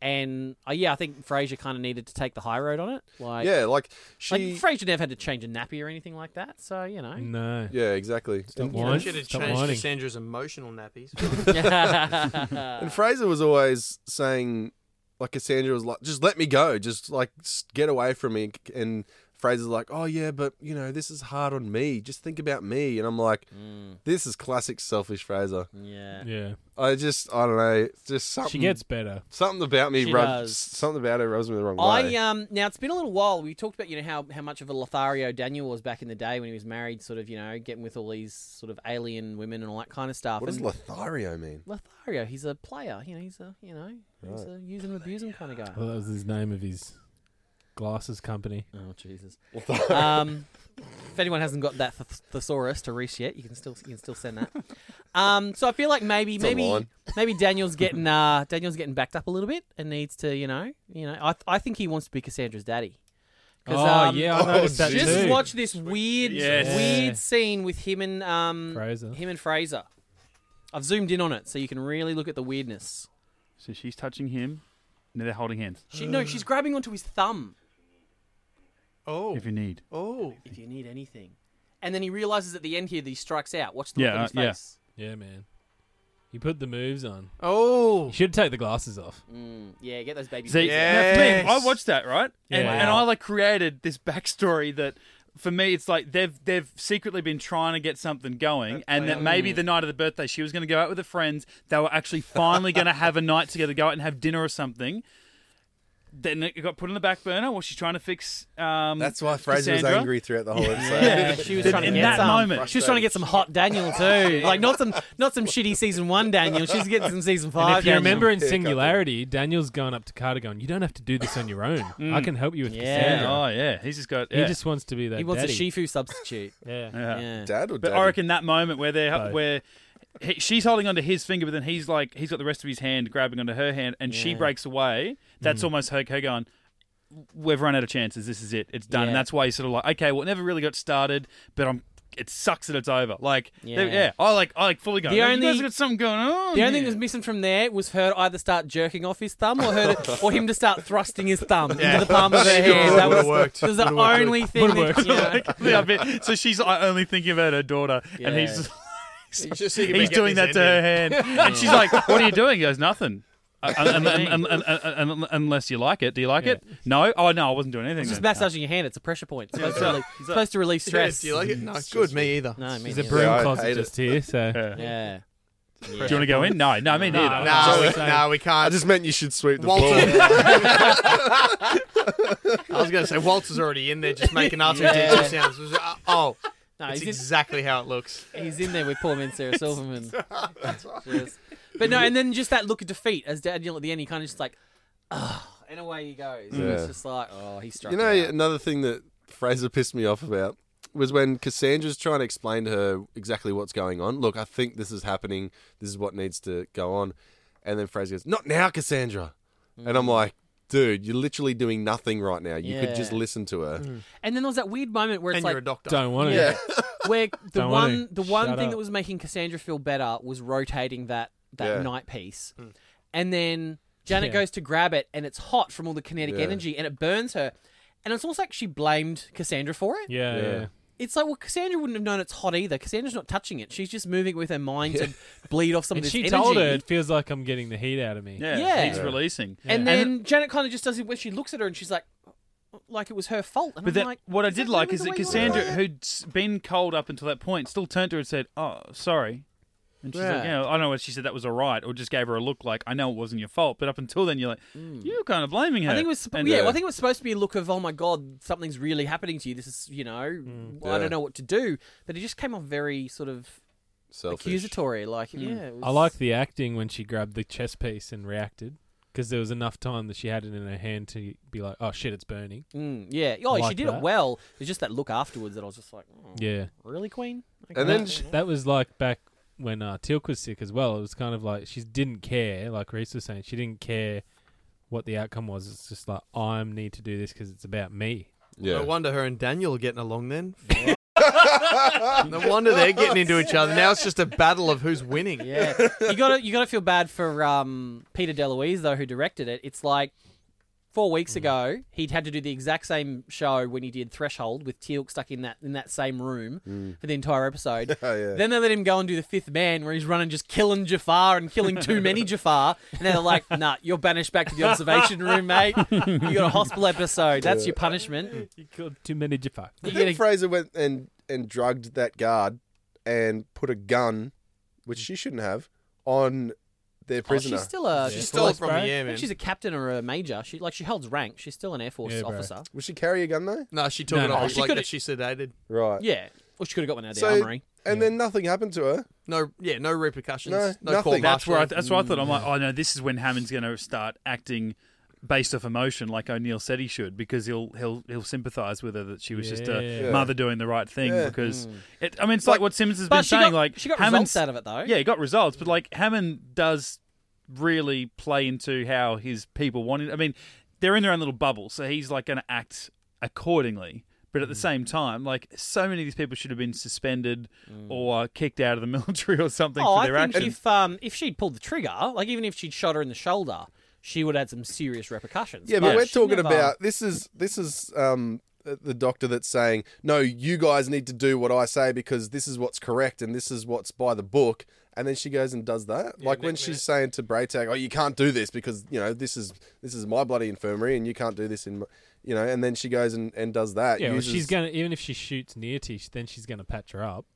[SPEAKER 2] And uh, yeah, I think Frasier kind of needed to take the high road on it. Like,
[SPEAKER 4] Yeah, like
[SPEAKER 2] like
[SPEAKER 4] she.
[SPEAKER 2] Frasier never had to change a nappy or anything like that. So you know,
[SPEAKER 3] No.
[SPEAKER 4] yeah, exactly. And,
[SPEAKER 3] whining.
[SPEAKER 5] Should have
[SPEAKER 3] Stop
[SPEAKER 5] changed
[SPEAKER 3] whining.
[SPEAKER 5] Cassandra's emotional nappies.
[SPEAKER 4] Mm. and Fraser was always saying, like Cassandra was like, "Just let me go. Just like s- get away from me." And Fraser's like, "Oh yeah, but you know this is hard on me. Just think about me." And I'm like,
[SPEAKER 2] Mm.
[SPEAKER 4] "This is classic selfish Fraser."
[SPEAKER 2] yeah.
[SPEAKER 3] Yeah.
[SPEAKER 4] I just, I don't know. It's just something.
[SPEAKER 3] She gets better.
[SPEAKER 4] something about me
[SPEAKER 2] She
[SPEAKER 4] rubs.
[SPEAKER 2] does.
[SPEAKER 4] Something about her rubs me the wrong
[SPEAKER 2] I
[SPEAKER 4] way.
[SPEAKER 2] um now it's been a little while. We talked about you know how how much of a Lothario Daniel was back in the day when he was married, sort of you know getting with all these sort of alien women and all that kind of stuff.
[SPEAKER 4] what does
[SPEAKER 2] and
[SPEAKER 4] Lothario mean?
[SPEAKER 2] Lothario, he's a player. You know, he's a you know he's a use and abuse him kind of guy.
[SPEAKER 3] Well, that was his name of his glasses company.
[SPEAKER 2] Oh Jesus. um, if anyone hasn't got that th- thesaurus to reach yet, you can still you can still send that. Um, so I feel like maybe maybe
[SPEAKER 4] online.
[SPEAKER 2] maybe Daniel's getting uh Daniel's getting backed up a little bit and needs to you know you know I I think he wants to be Cassandra's daddy. 'Cause,
[SPEAKER 3] oh
[SPEAKER 2] um,
[SPEAKER 3] yeah, I noticed that
[SPEAKER 2] Just
[SPEAKER 3] too.
[SPEAKER 2] watch this weird,
[SPEAKER 1] Yes.
[SPEAKER 3] Yeah.
[SPEAKER 2] weird scene with him and um,
[SPEAKER 3] Fraser.
[SPEAKER 2] him and Fraser. I've zoomed in on it so you can really look at the weirdness.
[SPEAKER 1] So she's touching him. Now they're holding hands.
[SPEAKER 2] She, no, she's grabbing onto his thumb.
[SPEAKER 5] Oh.
[SPEAKER 1] If you need.
[SPEAKER 5] Oh.
[SPEAKER 2] If you need anything, and then he realizes at the end here that he strikes out. Watch the
[SPEAKER 1] Yeah,
[SPEAKER 2] look on his
[SPEAKER 1] uh, yeah.
[SPEAKER 2] face.
[SPEAKER 3] Yeah, man. You put the moves on.
[SPEAKER 5] Oh.
[SPEAKER 3] You should take the glasses off.
[SPEAKER 2] Mm, yeah, get those babies.
[SPEAKER 1] See,
[SPEAKER 5] Yes.
[SPEAKER 1] now, for me, I watched that right, and,
[SPEAKER 3] Yeah.
[SPEAKER 1] and
[SPEAKER 3] Wow.
[SPEAKER 1] I like created this backstory that for me it's like they've they've secretly been trying to get something going, and that maybe the night of the birthday she was going to go out with her friends. They were actually finally going to have a night together, go out and have dinner or something. Then it got put on the back burner while she's trying to fix. Um,
[SPEAKER 4] That's why Fraser was
[SPEAKER 1] Cassandra.
[SPEAKER 4] angry throughout the whole episode.
[SPEAKER 2] mm, Yeah, she was
[SPEAKER 1] In-
[SPEAKER 2] trying to
[SPEAKER 1] in
[SPEAKER 2] get
[SPEAKER 1] that
[SPEAKER 2] some.
[SPEAKER 1] moment.
[SPEAKER 2] she was trying to get some hot Daniel too, like not some not some shitty season one Daniel. She's getting some season five.
[SPEAKER 3] And if you
[SPEAKER 2] Daniel.
[SPEAKER 3] remember in Singularity, Daniel's going up to Carter going, You don't have to do this on your own. I can help you with
[SPEAKER 2] Yeah.
[SPEAKER 3] Cassandra.
[SPEAKER 1] Oh yeah, he's just got.
[SPEAKER 3] He
[SPEAKER 1] yeah.
[SPEAKER 3] just wants to be that
[SPEAKER 2] he wants
[SPEAKER 3] daddy.
[SPEAKER 2] a Shifu substitute.
[SPEAKER 3] Yeah.
[SPEAKER 1] Yeah.
[SPEAKER 2] yeah.
[SPEAKER 4] Dad or
[SPEAKER 1] But
[SPEAKER 4] dad?
[SPEAKER 1] I reckon that moment where they're
[SPEAKER 3] Both.
[SPEAKER 1] where he, she's holding onto his finger, but then he's like he's got the rest of his hand grabbing onto her hand, and she
[SPEAKER 2] Yeah. Hmm.
[SPEAKER 1] breaks away. That's almost her, her going. We've run out of chances. This is it. It's done. And
[SPEAKER 2] Yeah.
[SPEAKER 1] that's why you sort of like, okay, well, it never really got started, but I'm. It sucks that it's over. Like, they- yeah,
[SPEAKER 2] Yeah.
[SPEAKER 1] I like, I like fully going.
[SPEAKER 2] The
[SPEAKER 1] The
[SPEAKER 2] only-
[SPEAKER 1] you guys got something going on.
[SPEAKER 2] The only thing
[SPEAKER 1] here."
[SPEAKER 2] that was missing from there was her to either start jerking off his thumb or her to, or him to start thrusting his thumb into the palm of her hand. That was,
[SPEAKER 5] Would've worked.
[SPEAKER 2] that was the
[SPEAKER 5] Would've worked
[SPEAKER 2] only thing.
[SPEAKER 3] Would've
[SPEAKER 2] That, you know,
[SPEAKER 1] Yeah, I bet- so she's like, only thinking about her daughter, and
[SPEAKER 2] Yeah.
[SPEAKER 1] he's
[SPEAKER 5] He's, just thinking
[SPEAKER 1] he's
[SPEAKER 5] about
[SPEAKER 1] doing that to her
[SPEAKER 5] getting this
[SPEAKER 1] hand, and she's like, "What are you doing?" He goes, "Nothing." Uh, un- un- un- un- un- un- unless you like it, do you like it? No. Oh no, I wasn't doing anything.
[SPEAKER 2] it's just
[SPEAKER 1] then.
[SPEAKER 2] massaging your hand. It's a pressure point. It's supposed,
[SPEAKER 1] Yeah.
[SPEAKER 2] to, release, it's supposed to release
[SPEAKER 5] ending.
[SPEAKER 2] stress.
[SPEAKER 5] Do you like it? No, it's good. Me either.
[SPEAKER 2] No, I mean,
[SPEAKER 3] There's a
[SPEAKER 2] yeah.
[SPEAKER 3] broom
[SPEAKER 4] Yeah, I
[SPEAKER 3] closet
[SPEAKER 4] hate
[SPEAKER 3] just here, so.
[SPEAKER 1] Yeah.
[SPEAKER 2] Yeah.
[SPEAKER 1] Do you want to go in? No, no, me neither.
[SPEAKER 5] No, we,
[SPEAKER 3] So-
[SPEAKER 5] no, we
[SPEAKER 4] I
[SPEAKER 5] can't.
[SPEAKER 4] just meant you should sweep the floor.
[SPEAKER 5] Walter. I was going to say Walter's already in there, just making R two D two
[SPEAKER 2] Yeah.
[SPEAKER 5] sounds. It was, uh, Oh,
[SPEAKER 2] No,
[SPEAKER 5] it's
[SPEAKER 2] he's,
[SPEAKER 5] exactly how it looks.
[SPEAKER 2] in, he's in there with poor man Sarah Silverman. Just- But no, and then just that look of defeat as Daniel at the end, he kind of just like, oh, and away he goes. And
[SPEAKER 4] Yeah.
[SPEAKER 2] it's just like, oh, he struck.
[SPEAKER 4] You know,
[SPEAKER 2] it out.
[SPEAKER 4] another thing that Fraser pissed me off about was when Cassandra's trying to explain to her exactly what's going on. Look, I think this is happening. This is what needs to go on. And then Fraser goes, Not now, Cassandra. And
[SPEAKER 2] Mm-hmm.
[SPEAKER 4] I'm like, Dude, you're literally doing nothing right now. You could just
[SPEAKER 2] Yeah. Mm.
[SPEAKER 4] listen to her.
[SPEAKER 2] And then there was that weird moment where it's
[SPEAKER 5] And
[SPEAKER 2] like,
[SPEAKER 5] you're a doctor.
[SPEAKER 3] Don't want to.
[SPEAKER 2] where the
[SPEAKER 3] Don't want
[SPEAKER 2] one
[SPEAKER 3] to.
[SPEAKER 2] the one
[SPEAKER 3] Shut
[SPEAKER 2] thing
[SPEAKER 3] up.
[SPEAKER 2] that was making Cassandra feel better was rotating that that
[SPEAKER 4] Yeah. Hmm.
[SPEAKER 2] night piece, and then Janet
[SPEAKER 3] Yeah.
[SPEAKER 2] goes to grab it, and it's hot from all the kinetic
[SPEAKER 4] Yeah.
[SPEAKER 2] energy, and it burns her. And it's almost like she blamed Cassandra for it.
[SPEAKER 3] Yeah, yeah.
[SPEAKER 4] Yeah.
[SPEAKER 2] It's like, well, Cassandra wouldn't have known it's hot either. Cassandra's not touching it; she's just moving it with her mind to bleed off some
[SPEAKER 3] And
[SPEAKER 2] of this
[SPEAKER 3] she
[SPEAKER 2] energy.
[SPEAKER 3] told her, it feels like I'm getting the heat out of me.
[SPEAKER 1] Yeah,
[SPEAKER 2] Yeah.
[SPEAKER 1] he's releasing.
[SPEAKER 2] and then Janet kind of just does it when she looks at her, and she's like, like it was her fault. And
[SPEAKER 1] But
[SPEAKER 2] I'm
[SPEAKER 1] then,
[SPEAKER 2] like,
[SPEAKER 1] what I
[SPEAKER 2] is
[SPEAKER 1] did
[SPEAKER 2] that
[SPEAKER 1] like
[SPEAKER 2] really
[SPEAKER 1] is
[SPEAKER 2] the
[SPEAKER 1] that
[SPEAKER 2] way you
[SPEAKER 1] Cassandra,
[SPEAKER 2] look at it?
[SPEAKER 1] who'd s- been cold up until that point, still turned to her and said, "Oh, sorry," and she's like,
[SPEAKER 2] Yeah.
[SPEAKER 1] "Yeah, I don't know." what She said that was all right, or just gave her a look like, "I know it wasn't your fault," but up until then, you're like,
[SPEAKER 4] Hmm.
[SPEAKER 1] "You're kind of blaming her."
[SPEAKER 2] I think it was suppo-
[SPEAKER 1] And-
[SPEAKER 2] yeah,
[SPEAKER 4] uh,
[SPEAKER 2] well, I think it was supposed to be a look of oh my god, something's really happening to you. This is you know I
[SPEAKER 4] Mm, Yeah.
[SPEAKER 2] don't know what to do, but it just came off very sort of
[SPEAKER 4] Selfish. Mm.
[SPEAKER 2] accusatory. Like yeah, it was,
[SPEAKER 3] I like the acting when she grabbed the chess piece and reacted because there was enough time that she had it in her hand to be like, oh shit, it's burning.
[SPEAKER 2] Mm, yeah. Oh,
[SPEAKER 3] I
[SPEAKER 2] she
[SPEAKER 3] like
[SPEAKER 2] did
[SPEAKER 3] that.
[SPEAKER 2] it well. It's just that look afterwards that I was just like, oh,
[SPEAKER 3] Yeah.
[SPEAKER 2] really, Queen? Okay.
[SPEAKER 4] And then she,
[SPEAKER 3] That was like back when uh, Tilk was sick as well. It was kind of like she didn't care, like Reese was saying, she didn't care what the outcome was. It's just like, I need to do this because it's about me.
[SPEAKER 4] yeah.
[SPEAKER 5] No wonder her and Daniel are getting along then. no wonder they're getting into each other. Now it's just a battle of who's winning.
[SPEAKER 2] yeah, you gotta you gotta feel bad for um, Peter DeLuise though, who directed it. It's like four
[SPEAKER 4] Mm.
[SPEAKER 2] weeks ago he'd had to do the exact same show when he did Threshold with Teal'c stuck in that in that same room
[SPEAKER 4] Mm.
[SPEAKER 2] for the entire episode.
[SPEAKER 4] Oh, yeah.
[SPEAKER 2] Then they let him go and do the Fifth Man, where he's running just killing Jafar and killing too many Jafar, and they're like, "Nah, you're banished back to the observation room, mate. You got a hospital episode. That's your punishment."
[SPEAKER 3] You killed too many Jafar.
[SPEAKER 2] You're
[SPEAKER 4] Then
[SPEAKER 2] gonna
[SPEAKER 4] Fraser went and, and drugged that guard and put a gun, which she shouldn't have, on their
[SPEAKER 2] Oh,
[SPEAKER 4] prisoner.
[SPEAKER 2] she's still a
[SPEAKER 5] She
[SPEAKER 2] she's
[SPEAKER 5] stole
[SPEAKER 2] still
[SPEAKER 5] it from
[SPEAKER 2] a,
[SPEAKER 5] the air,
[SPEAKER 2] I
[SPEAKER 5] man.
[SPEAKER 2] think she's a captain or a major. She like she holds rank. She's still an air force
[SPEAKER 3] Yeah, bro.
[SPEAKER 2] officer.
[SPEAKER 4] Will she carry a gun though?
[SPEAKER 5] No, she took
[SPEAKER 3] No,
[SPEAKER 5] it
[SPEAKER 3] no.
[SPEAKER 5] off.
[SPEAKER 2] She
[SPEAKER 5] like
[SPEAKER 2] could've-
[SPEAKER 5] that she sedated.
[SPEAKER 4] Right.
[SPEAKER 2] Yeah. Well, she could have got one out of the
[SPEAKER 4] So-
[SPEAKER 2] armory.
[SPEAKER 4] And then nothing happened to her.
[SPEAKER 5] No, yeah, no repercussions.
[SPEAKER 4] No,
[SPEAKER 5] No,
[SPEAKER 4] nothing.
[SPEAKER 5] court
[SPEAKER 1] That's where I,
[SPEAKER 5] martial.
[SPEAKER 1] that's where I thought I'm
[SPEAKER 2] mm.
[SPEAKER 1] like, oh no, this is when Hammond's going to start acting based off emotion, like O'Neill said he should, because he'll he'll he'll sympathise with her that she was just a
[SPEAKER 3] Yeah.
[SPEAKER 1] mother doing the right thing.
[SPEAKER 4] Yeah.
[SPEAKER 1] Because it, I mean, it's like,
[SPEAKER 4] Like-
[SPEAKER 1] what Simmons has been
[SPEAKER 2] But she
[SPEAKER 1] saying,
[SPEAKER 2] got,
[SPEAKER 1] like
[SPEAKER 2] she got
[SPEAKER 1] Hammond's,
[SPEAKER 2] results out of it though.
[SPEAKER 1] yeah, he got results, but like Hammond does really play into how his people want it. I mean, they're in their own little bubble, so he's like going to act accordingly. But at the same time, like so many of these people should have been suspended or kicked out of the military or something
[SPEAKER 2] Oh,
[SPEAKER 1] for
[SPEAKER 2] I
[SPEAKER 1] their
[SPEAKER 2] think
[SPEAKER 1] actions.
[SPEAKER 2] if um if she'd pulled the trigger, like even if she'd shot her in the shoulder, she would have had some serious repercussions.
[SPEAKER 4] Yeah, but we're
[SPEAKER 2] she
[SPEAKER 4] talking
[SPEAKER 2] never-
[SPEAKER 4] about this is this is um, the doctor that's saying no, you guys need to do what I say because this is what's correct and this is what's by the book. And then she goes and does that, like when she's saying to Braytag, "Oh, you can't do this because you know this is this is my bloody infirmary and you can't do this in, my, you know." And then she goes and, and does that.
[SPEAKER 3] Yeah, well,
[SPEAKER 4] uses-
[SPEAKER 3] she's gonna even if she shoots Nearty, then she's gonna patch her up.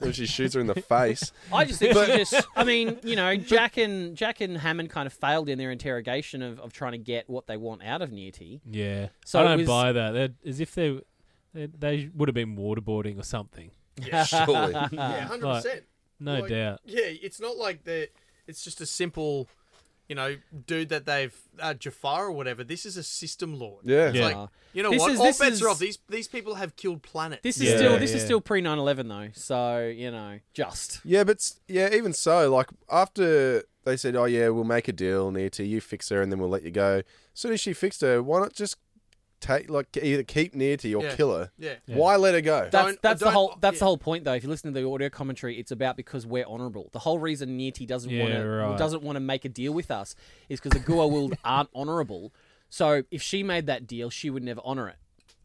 [SPEAKER 4] well, she shoots her in the face.
[SPEAKER 2] I just think she just. I mean, you know, Jack and Jack and Hammond kind of failed in their interrogation of, of trying to get what they want out of Niti.
[SPEAKER 3] Yeah,
[SPEAKER 2] So
[SPEAKER 3] I
[SPEAKER 2] it
[SPEAKER 3] don't
[SPEAKER 2] was-
[SPEAKER 3] buy that. They're, as if they they, they would have been waterboarding or something.
[SPEAKER 4] Yeah, surely.
[SPEAKER 2] Ah.
[SPEAKER 5] Yeah, hundred percent.
[SPEAKER 3] No
[SPEAKER 5] Like,
[SPEAKER 3] doubt.
[SPEAKER 5] Yeah, it's not like they're. It's just a simple, you know, dude that they've uh, Jafar or whatever. This is a system lord.
[SPEAKER 4] Yeah.
[SPEAKER 5] It's
[SPEAKER 3] Yeah.
[SPEAKER 5] like you know
[SPEAKER 2] This
[SPEAKER 5] what?
[SPEAKER 2] is-
[SPEAKER 5] All
[SPEAKER 2] this
[SPEAKER 5] bets
[SPEAKER 2] is-
[SPEAKER 5] are off. These these people have killed planets.
[SPEAKER 2] This is
[SPEAKER 3] Yeah,
[SPEAKER 2] still this is
[SPEAKER 3] yeah.
[SPEAKER 2] still pre 9-11 though, so you know, just
[SPEAKER 4] Yeah, but s- yeah, even so, like after they said, "Oh yeah, we'll make a deal, Nita, you fix her, and then we'll let you go." As soon as she fixed her, why not just take like either keep Nita or
[SPEAKER 5] Yeah.
[SPEAKER 4] kill her?
[SPEAKER 5] yeah.
[SPEAKER 4] Why let her go?
[SPEAKER 2] that's
[SPEAKER 5] Don't-
[SPEAKER 2] that's the
[SPEAKER 5] don't-
[SPEAKER 2] whole that's the
[SPEAKER 5] yeah.
[SPEAKER 2] whole point though. If you listen to the audio commentary, it's about because we're honourable. The whole reason Niti doesn't
[SPEAKER 3] Yeah,
[SPEAKER 2] want to
[SPEAKER 3] right.
[SPEAKER 2] doesn't want to make a deal with us is because the Gua'uld aren't honourable. So if she made that deal, she would never honour it.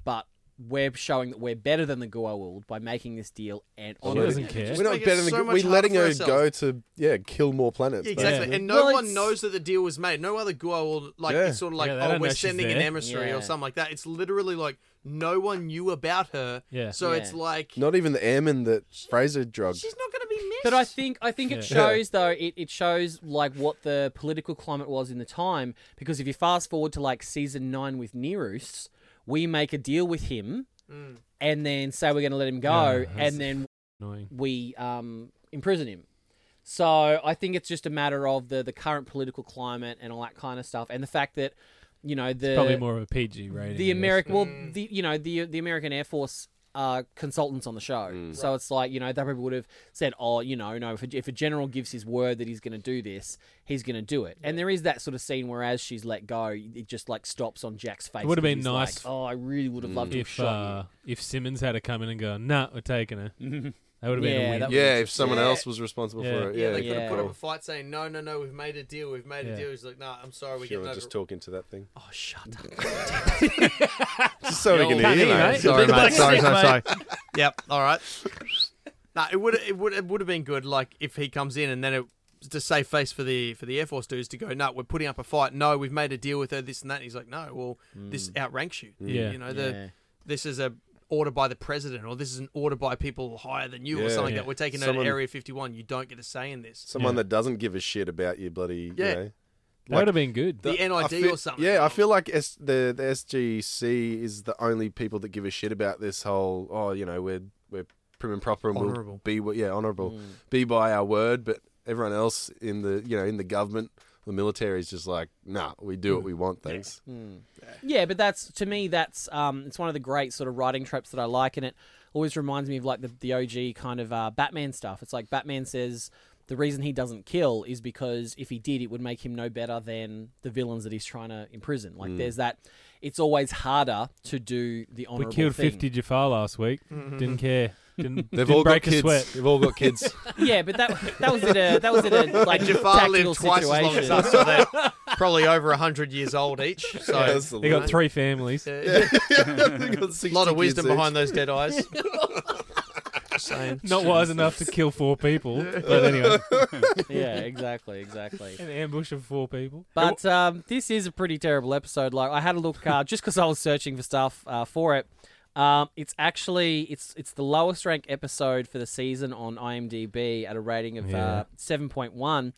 [SPEAKER 2] But we're showing that we're better than the Gua'uld by making this deal and
[SPEAKER 3] She
[SPEAKER 2] honouring.
[SPEAKER 3] doesn't
[SPEAKER 2] it.
[SPEAKER 3] care.
[SPEAKER 4] We're not
[SPEAKER 5] make it
[SPEAKER 4] better than
[SPEAKER 5] so
[SPEAKER 4] so
[SPEAKER 5] much
[SPEAKER 4] we're
[SPEAKER 5] harder
[SPEAKER 4] letting
[SPEAKER 5] for
[SPEAKER 4] her
[SPEAKER 5] ourselves.
[SPEAKER 4] go to yeah kill more planets.
[SPEAKER 5] Yeah, exactly,
[SPEAKER 3] Yeah.
[SPEAKER 5] and no
[SPEAKER 2] Well,
[SPEAKER 5] one
[SPEAKER 2] it's-
[SPEAKER 5] knows that the deal was made. No other Gua'uld like
[SPEAKER 4] Yeah.
[SPEAKER 5] it's sort of like
[SPEAKER 3] Yeah, they don't
[SPEAKER 5] oh
[SPEAKER 3] know
[SPEAKER 5] we're
[SPEAKER 3] she's
[SPEAKER 5] sending an
[SPEAKER 3] there.
[SPEAKER 5] emissary
[SPEAKER 2] Yeah.
[SPEAKER 5] or something like that. It's literally like no one knew about her.
[SPEAKER 3] Yeah.
[SPEAKER 5] So
[SPEAKER 2] Yeah.
[SPEAKER 5] it's like
[SPEAKER 4] Not even the airman that Fraser drugged.
[SPEAKER 5] she's not going to be missed.
[SPEAKER 2] But I think I think it shows though it, it shows like what the political climate was in the time because if you fast forward to like season nine with Nerus, we make a deal with him and then say we're going to let him go
[SPEAKER 3] Yeah, that's-
[SPEAKER 2] and then
[SPEAKER 3] Annoying.
[SPEAKER 2] we um, imprison him. So I think it's just a matter of the the current political climate and all that kind of stuff and the fact that you know the
[SPEAKER 3] Probably more of a PG rating.
[SPEAKER 2] the
[SPEAKER 3] I guess.
[SPEAKER 2] American, well, the you know the the American Air Force uh, consultants on the show.
[SPEAKER 3] Mm.
[SPEAKER 2] So it's like you know they probably would have said, oh, you know, no, if a, if a general gives his word that he's going to do this, he's going to do it. And there is that sort of scene where as she's let go, it just like stops on Jack's face.
[SPEAKER 3] would've
[SPEAKER 2] because
[SPEAKER 3] been
[SPEAKER 2] he's
[SPEAKER 3] nice
[SPEAKER 2] Like, oh, I really would have loved to have
[SPEAKER 3] if
[SPEAKER 2] shot you.
[SPEAKER 3] uh, if Simmons had to come in and go, nah, we're taking her. that would have
[SPEAKER 2] Yeah,
[SPEAKER 3] been a
[SPEAKER 2] that
[SPEAKER 3] win.
[SPEAKER 4] yeah, if someone
[SPEAKER 5] Yeah.
[SPEAKER 4] else was responsible
[SPEAKER 3] Yeah.
[SPEAKER 4] for it.
[SPEAKER 5] yeah,
[SPEAKER 4] Yeah,
[SPEAKER 5] they
[SPEAKER 4] could've
[SPEAKER 5] could
[SPEAKER 2] yeah.
[SPEAKER 5] have put
[SPEAKER 4] called-
[SPEAKER 5] up a fight saying no, no, no, we've made a deal, we've made
[SPEAKER 3] Yeah.
[SPEAKER 5] a deal. He's like, nah, I'm sorry, we
[SPEAKER 4] Sure,
[SPEAKER 5] get no.
[SPEAKER 4] just talking to that thing.
[SPEAKER 2] Oh, shut up.
[SPEAKER 4] Just so we can hear
[SPEAKER 3] Cut
[SPEAKER 4] you,
[SPEAKER 3] in,
[SPEAKER 4] mate.
[SPEAKER 3] mate.
[SPEAKER 5] Sorry,
[SPEAKER 1] Think about
[SPEAKER 5] mate.
[SPEAKER 1] it,
[SPEAKER 5] Sorry,
[SPEAKER 1] mate.
[SPEAKER 5] sorry, sorry. yep. All right. Nah, it would it would it would have been good like if he comes in and then it to save face for the for the Air Force dudes to go, no, we're putting up a fight. No, we've made a deal with her, this and that. And he's like, no, well,
[SPEAKER 4] Hmm.
[SPEAKER 5] this outranks you.
[SPEAKER 3] Yeah.
[SPEAKER 5] You know, the this is a order by the president, or this is an order by people higher than you,
[SPEAKER 4] Yeah.
[SPEAKER 5] or something
[SPEAKER 3] Yeah.
[SPEAKER 5] that we're taking
[SPEAKER 4] Someone-
[SPEAKER 5] over Area 51. You don't get a say in this.
[SPEAKER 4] Someone
[SPEAKER 3] Yeah.
[SPEAKER 4] that doesn't give a shit about you, bloody.
[SPEAKER 5] Yeah.
[SPEAKER 4] You know,
[SPEAKER 3] That would have been good.
[SPEAKER 5] The
[SPEAKER 4] I
[SPEAKER 5] NID
[SPEAKER 4] feel-
[SPEAKER 5] or something.
[SPEAKER 4] Yeah, I feel like S, the the SGC is the only people that give a shit about this whole. Oh, you know, we're we're prim and proper and
[SPEAKER 5] Honourable.
[SPEAKER 4] we'll be what- yeah honourable,
[SPEAKER 5] Mm.
[SPEAKER 2] Mm.
[SPEAKER 4] be by our word. But everyone else in the you know in the government, the military is just like, nah, we do
[SPEAKER 3] Mm.
[SPEAKER 4] what we want. Thanks.
[SPEAKER 5] Mm.
[SPEAKER 2] Yeah, but that's to me that's um, it's one of the great sort of writing tropes that I like, and it always reminds me of like the, the OG kind of uh, Batman stuff. It's like Batman says the reason he doesn't kill is because if he did, it would make him no better than the villains that he's trying to imprison.
[SPEAKER 5] Mm.
[SPEAKER 2] Like there's that. It's always harder to do the
[SPEAKER 3] we
[SPEAKER 2] honorable
[SPEAKER 3] killed
[SPEAKER 2] thing.
[SPEAKER 3] 50 Jafar last week. Didn't care. Didn't,
[SPEAKER 4] Mm-hmm. They've
[SPEAKER 3] didn't
[SPEAKER 4] all
[SPEAKER 3] break
[SPEAKER 4] got
[SPEAKER 3] a
[SPEAKER 4] kids.
[SPEAKER 3] sweat.
[SPEAKER 4] They've all got kids.
[SPEAKER 2] Yeah, but that that was in a that was in a like
[SPEAKER 5] And Jafar
[SPEAKER 2] tactical
[SPEAKER 5] lived twice
[SPEAKER 2] situation.
[SPEAKER 5] as long as us, so they're probably over 100 years old each. So
[SPEAKER 4] That's the
[SPEAKER 3] They got three families.
[SPEAKER 5] Yeah.
[SPEAKER 4] They got
[SPEAKER 5] A lot
[SPEAKER 4] 60
[SPEAKER 5] of wisdom
[SPEAKER 4] kids each.
[SPEAKER 5] behind those dead eyes. Saying.
[SPEAKER 3] Not wise enough to kill four people. But anyway,
[SPEAKER 2] yeah, exactly, exactly.
[SPEAKER 3] an ambush of four people.
[SPEAKER 2] But um, this is a pretty terrible episode. Like I had a look uh, just because I was searching for stuff uh, for it. Um, it's actually it's it's the lowest ranked episode for the season on IMDb at a rating of uh,
[SPEAKER 3] Yeah.
[SPEAKER 2] seven point one,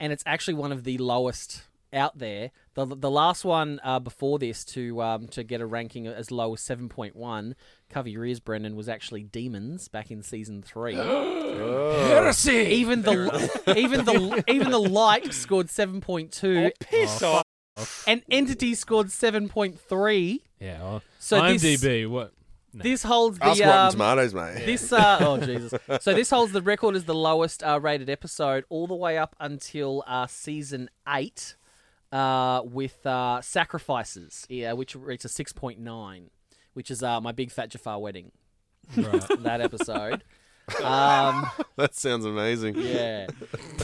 [SPEAKER 2] and it's actually one of the lowest out there. The, the last one uh, before this to um, to get a ranking as low as seven point one, cover your ears, Brendan, was actually Demons back in season three.
[SPEAKER 3] Heresy!
[SPEAKER 2] even the even the even the light scored seven point two,
[SPEAKER 1] Oh, Piss
[SPEAKER 5] Oh,
[SPEAKER 1] off.
[SPEAKER 2] and Entity scored 7.3.
[SPEAKER 3] Yeah. Well,
[SPEAKER 2] So
[SPEAKER 3] IMDb,
[SPEAKER 2] this,
[SPEAKER 3] what?
[SPEAKER 2] this holds the
[SPEAKER 4] Ask Rotten
[SPEAKER 2] um,
[SPEAKER 4] Tomatoes, mate.
[SPEAKER 2] this uh, oh Jesus. So this holds the record as the lowest uh, rated episode all the way up until uh, season 8 uh, with uh, Sacrifices, yeah, which reached a 6.9. which is uh, my big fat Jafar wedding.
[SPEAKER 3] Right.
[SPEAKER 2] That episode. um,
[SPEAKER 4] That sounds amazing.
[SPEAKER 2] yeah,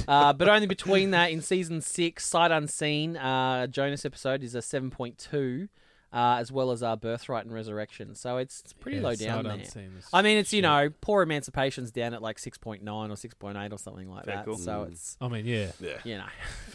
[SPEAKER 2] uh, but only between that in season six, sight unseen. Uh, Jonas episode is a seven point two, uh, as well as our birthright and resurrection. So it's, it's pretty
[SPEAKER 3] Yeah,
[SPEAKER 2] low
[SPEAKER 3] sight
[SPEAKER 2] down there.
[SPEAKER 3] unseen is
[SPEAKER 2] I mean, it's you
[SPEAKER 3] shit.
[SPEAKER 2] know, poor emancipation's down at like six point nine or six point eight or something like
[SPEAKER 1] Very
[SPEAKER 2] that.
[SPEAKER 1] cool.
[SPEAKER 2] So it's
[SPEAKER 3] I mean, yeah.
[SPEAKER 2] you know,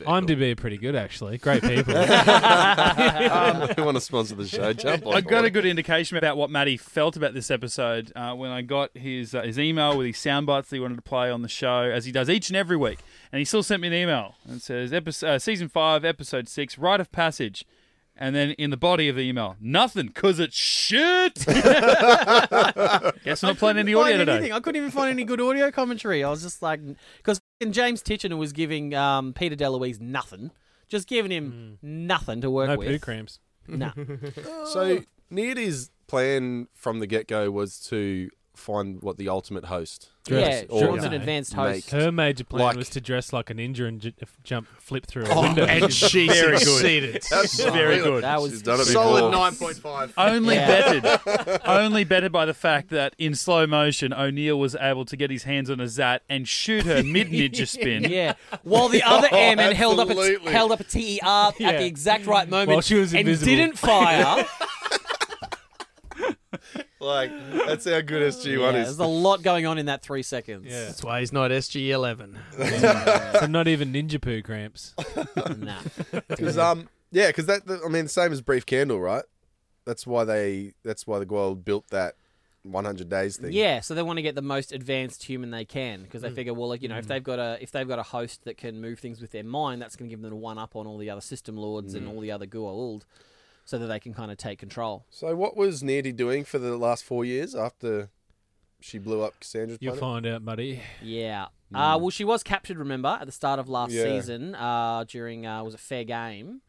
[SPEAKER 3] IMDb are pretty good actually. Great people.
[SPEAKER 4] Um, we want to sponsor the show. Jump on
[SPEAKER 1] I got
[SPEAKER 4] board.
[SPEAKER 1] a good indication about what Matty felt about this episode uh, when I got his uh, his email with his sound bites that he wanted to play on the show, as he does each and every week. And he still sent me an email and says, episode, uh, "Season five, episode six, rite of passage." And then in the body of the email, nothing, cause it's shit. Guess I'm not playing any audio
[SPEAKER 2] find
[SPEAKER 1] today.
[SPEAKER 2] anything. I couldn't even find any good audio commentary. I was just like, because James Titchener was giving um, Peter DeLuise nothing, just giving him nothing to work
[SPEAKER 3] Mm. no
[SPEAKER 2] with.
[SPEAKER 3] poo cramps.
[SPEAKER 2] Nah.
[SPEAKER 4] So Neardy's plan from the get go was to find what the ultimate host.
[SPEAKER 2] yeah,
[SPEAKER 3] Dress
[SPEAKER 2] Sean's
[SPEAKER 3] or
[SPEAKER 2] an advanced host.
[SPEAKER 4] make.
[SPEAKER 3] Her major plan
[SPEAKER 4] Like-
[SPEAKER 3] was to dress like a ninja and j- f- jump, flip through a
[SPEAKER 5] Oh,
[SPEAKER 3] window.
[SPEAKER 5] and she
[SPEAKER 1] Very good.
[SPEAKER 5] succeeded.
[SPEAKER 1] Very good.
[SPEAKER 2] That was
[SPEAKER 4] She's done it
[SPEAKER 5] Solid
[SPEAKER 4] before.
[SPEAKER 5] nine point five.
[SPEAKER 1] Only
[SPEAKER 2] Yeah.
[SPEAKER 1] bettered, only bettered by the fact that in slow motion, O'Neill was able to get his hands on a zat and shoot her mid ninja spin.
[SPEAKER 2] Yeah, Oh, while the other airman held up a,
[SPEAKER 4] absolutely.
[SPEAKER 2] held up a TER at
[SPEAKER 3] Yeah.
[SPEAKER 2] the exact right moment
[SPEAKER 3] While she was
[SPEAKER 2] and
[SPEAKER 3] invisible.
[SPEAKER 2] didn't fire.
[SPEAKER 4] Like that's how good SG
[SPEAKER 2] yeah,
[SPEAKER 4] One is.
[SPEAKER 2] there's a lot going on in that three seconds.
[SPEAKER 3] Yeah.
[SPEAKER 5] That's why he's not SG eleven.
[SPEAKER 3] so not even ninja poo cramps.
[SPEAKER 2] Nah.
[SPEAKER 4] Because um, yeah, because that that- I mean, same as Brief Candle, right? That's why they. That's why the Gold built that 100 days thing.
[SPEAKER 2] Yeah, so they want to get the most advanced human they can because they figure, well, like you know, if they've got a if they've got a host that can move things with their mind, that's going to give them a one up on all the other system lords and all the other Gua'uld, so that they can kind of take control.
[SPEAKER 4] So what was Neardy doing for the last four years after she blew up Cassandra's
[SPEAKER 3] You'll
[SPEAKER 4] planet?
[SPEAKER 3] find out, buddy.
[SPEAKER 2] Yeah. Uh, well, she was captured, remember, at the start of last
[SPEAKER 4] Yeah.
[SPEAKER 2] season uh, during uh, was a fair game,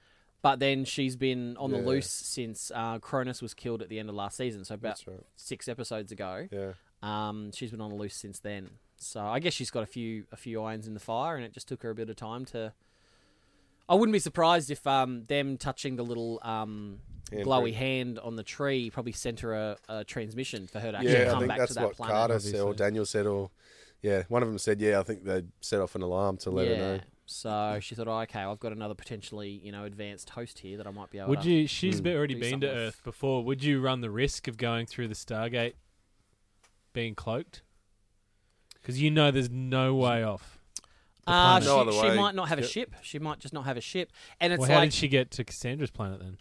[SPEAKER 2] but then she's been on
[SPEAKER 4] Yeah.
[SPEAKER 2] the loose since uh, Cronus was killed at the end of last season, so about
[SPEAKER 4] That's right.
[SPEAKER 2] six episodes ago.
[SPEAKER 4] Yeah.
[SPEAKER 2] Um, she's been on the loose since then. So I guess she's got a few a few irons in the fire, and it just took her a bit of time to. I wouldn't be surprised if um, them touching the little um,
[SPEAKER 4] Hand
[SPEAKER 2] glowy
[SPEAKER 4] print.
[SPEAKER 2] hand on the tree probably sent her a, a transmission for her to actually
[SPEAKER 4] Yeah, I
[SPEAKER 2] come
[SPEAKER 4] think
[SPEAKER 2] back
[SPEAKER 4] that's
[SPEAKER 2] to that
[SPEAKER 4] what
[SPEAKER 2] planet.
[SPEAKER 4] Carter said, or
[SPEAKER 3] obviously.
[SPEAKER 4] Daniel said, or yeah, one of them said, yeah, I think they set off an alarm to let
[SPEAKER 2] yeah.
[SPEAKER 4] her know.
[SPEAKER 2] So she thought, oh, okay, I've got another potentially you know advanced host here that I might be able.
[SPEAKER 3] Would
[SPEAKER 2] to...
[SPEAKER 3] you? She's be- already
[SPEAKER 2] Do
[SPEAKER 3] been to
[SPEAKER 2] something.
[SPEAKER 3] Earth before. Would you run the risk of going through the Stargate, being cloaked? Because you know there's no way off. the
[SPEAKER 2] Uh,
[SPEAKER 3] planet.
[SPEAKER 4] No
[SPEAKER 2] she,
[SPEAKER 4] other
[SPEAKER 2] she
[SPEAKER 4] way.
[SPEAKER 2] might not have a
[SPEAKER 4] Yep.
[SPEAKER 2] ship. She might just not have a ship, and it's
[SPEAKER 3] well, how
[SPEAKER 2] like
[SPEAKER 3] did she get to Cassandra's planet then?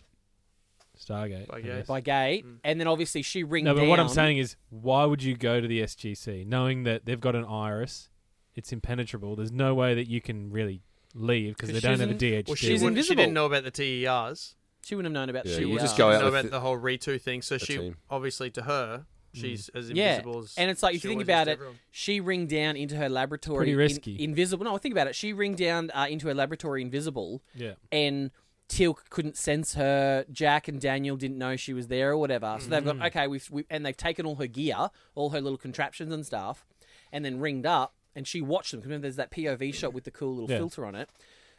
[SPEAKER 3] Stargate.
[SPEAKER 5] By
[SPEAKER 3] I
[SPEAKER 5] gas.
[SPEAKER 3] guess.
[SPEAKER 2] by gate,
[SPEAKER 4] Mm.
[SPEAKER 2] and then obviously she ringed.
[SPEAKER 3] No, but what I'm
[SPEAKER 2] down-
[SPEAKER 3] saying is, why would you go to the SGC knowing that they've got an iris? It's impenetrable. There's no way that you can really leave because
[SPEAKER 5] 'Cause
[SPEAKER 3] they don't
[SPEAKER 5] she's
[SPEAKER 3] have a
[SPEAKER 2] in-
[SPEAKER 3] DHD.
[SPEAKER 5] Well, she,
[SPEAKER 2] She's
[SPEAKER 5] wouldn't- She
[SPEAKER 2] invisible.
[SPEAKER 5] didn't know about the
[SPEAKER 4] Oh,
[SPEAKER 5] TERs.
[SPEAKER 2] she wouldn't have known about.
[SPEAKER 4] Yeah,
[SPEAKER 2] the
[SPEAKER 4] you
[SPEAKER 2] TER.
[SPEAKER 4] just go out
[SPEAKER 5] know
[SPEAKER 4] with
[SPEAKER 5] about
[SPEAKER 4] the-
[SPEAKER 5] the whole Ritu thing. So
[SPEAKER 4] the
[SPEAKER 5] she
[SPEAKER 4] team.
[SPEAKER 5] obviously to her, she's as
[SPEAKER 2] Yeah,
[SPEAKER 5] invisible as.
[SPEAKER 2] and it's like if
[SPEAKER 5] she
[SPEAKER 2] you think
[SPEAKER 5] always is
[SPEAKER 2] about
[SPEAKER 5] to
[SPEAKER 2] it,
[SPEAKER 5] everyone.
[SPEAKER 2] she ringed down into her laboratory.
[SPEAKER 3] Pretty
[SPEAKER 2] in-
[SPEAKER 3] risky.
[SPEAKER 2] invisible. No, think about it. She ringed down uh, into her laboratory invisible,
[SPEAKER 3] yeah.
[SPEAKER 2] and Teal couldn't sense her. Jack and Daniel didn't know she was there or whatever. So they've got
[SPEAKER 3] Mm.
[SPEAKER 2] okay. We've we, and they've taken all her gear, all her little contraptions and stuff, and then ringed up. And she watched them. 'Cause Remember, there's that POV shot with the cool little
[SPEAKER 3] Yeah.
[SPEAKER 2] filter on it.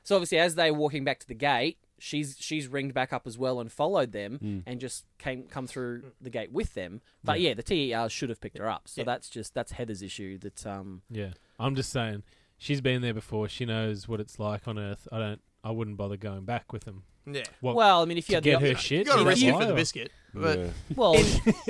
[SPEAKER 2] So obviously, as they're walking back to the gate, she's she's ringed back up as well and followed them,
[SPEAKER 3] Mm.
[SPEAKER 2] and just came come through the gate with them. But yeah, the TER should have picked her up. So that's just that's Heather's issue. That um
[SPEAKER 3] Yeah, I'm just saying, she's been there before. She knows what it's like on Earth. I don't. I wouldn't bother going back with them.
[SPEAKER 5] yeah,
[SPEAKER 3] What,
[SPEAKER 2] well, I mean, if you
[SPEAKER 3] to
[SPEAKER 2] had the
[SPEAKER 3] get her
[SPEAKER 2] op-
[SPEAKER 5] you
[SPEAKER 3] shit.
[SPEAKER 5] got to
[SPEAKER 3] That's
[SPEAKER 5] risk it
[SPEAKER 3] why,
[SPEAKER 5] for the
[SPEAKER 3] or-
[SPEAKER 5] biscuit, but
[SPEAKER 4] Yeah.
[SPEAKER 2] well,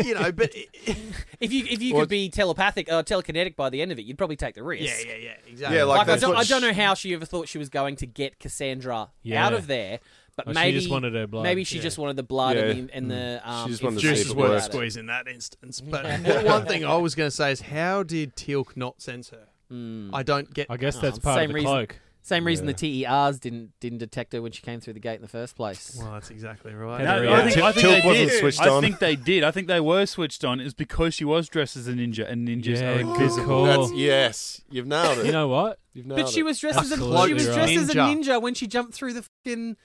[SPEAKER 5] you know, but it-
[SPEAKER 2] if you if you
[SPEAKER 4] Well,
[SPEAKER 2] could be telepathic or telekinetic by the end of it, you'd probably take the risk.
[SPEAKER 5] yeah, yeah, yeah, exactly.
[SPEAKER 4] Yeah, like
[SPEAKER 2] Like I
[SPEAKER 4] that's
[SPEAKER 2] don't,
[SPEAKER 4] what
[SPEAKER 2] I don't
[SPEAKER 4] she-
[SPEAKER 2] know how she ever thought she was going to get Cassandra
[SPEAKER 3] Yeah.
[SPEAKER 2] out of there, but
[SPEAKER 3] Oh, she
[SPEAKER 2] maybe
[SPEAKER 3] just wanted her blood.
[SPEAKER 2] Maybe she
[SPEAKER 3] Yeah.
[SPEAKER 2] just wanted the blood
[SPEAKER 4] Yeah. Mm.
[SPEAKER 2] and the, and the um,
[SPEAKER 4] She just wanted to see if
[SPEAKER 5] Juice is
[SPEAKER 4] it
[SPEAKER 2] information
[SPEAKER 4] worked.
[SPEAKER 5] worth
[SPEAKER 2] about it.
[SPEAKER 5] squeeze in that instance. But what- one thing I was going to say is, how did Teal'c not sense her?
[SPEAKER 4] Hmm.
[SPEAKER 5] I don't get.
[SPEAKER 3] I guess
[SPEAKER 2] Oh,
[SPEAKER 3] that's part
[SPEAKER 2] same
[SPEAKER 3] of the
[SPEAKER 2] reason-
[SPEAKER 3] cloak.
[SPEAKER 2] Mm. Same reason the TERs didn't didn't detect her when she came through the gate in the first place.
[SPEAKER 5] Well, that's exactly right.
[SPEAKER 3] No,
[SPEAKER 1] No,
[SPEAKER 3] Yeah.
[SPEAKER 1] I think, I think
[SPEAKER 4] Tilt
[SPEAKER 1] they
[SPEAKER 4] wasn't
[SPEAKER 1] did.
[SPEAKER 4] switched
[SPEAKER 1] I
[SPEAKER 4] on.
[SPEAKER 1] think they did. I think they were switched on. It's because she was dressed as a ninja, and ninjas
[SPEAKER 3] Yeah,
[SPEAKER 1] are
[SPEAKER 3] good
[SPEAKER 1] invisible.
[SPEAKER 3] call.
[SPEAKER 4] That's yes. You've nailed it.
[SPEAKER 3] You know what?
[SPEAKER 4] You've nailed
[SPEAKER 2] But she
[SPEAKER 4] it.
[SPEAKER 2] was dressed as a she
[SPEAKER 3] Absolutely
[SPEAKER 2] was
[SPEAKER 3] right.
[SPEAKER 2] dressed as a
[SPEAKER 5] Ninja.
[SPEAKER 2] ninja when she jumped through the fucking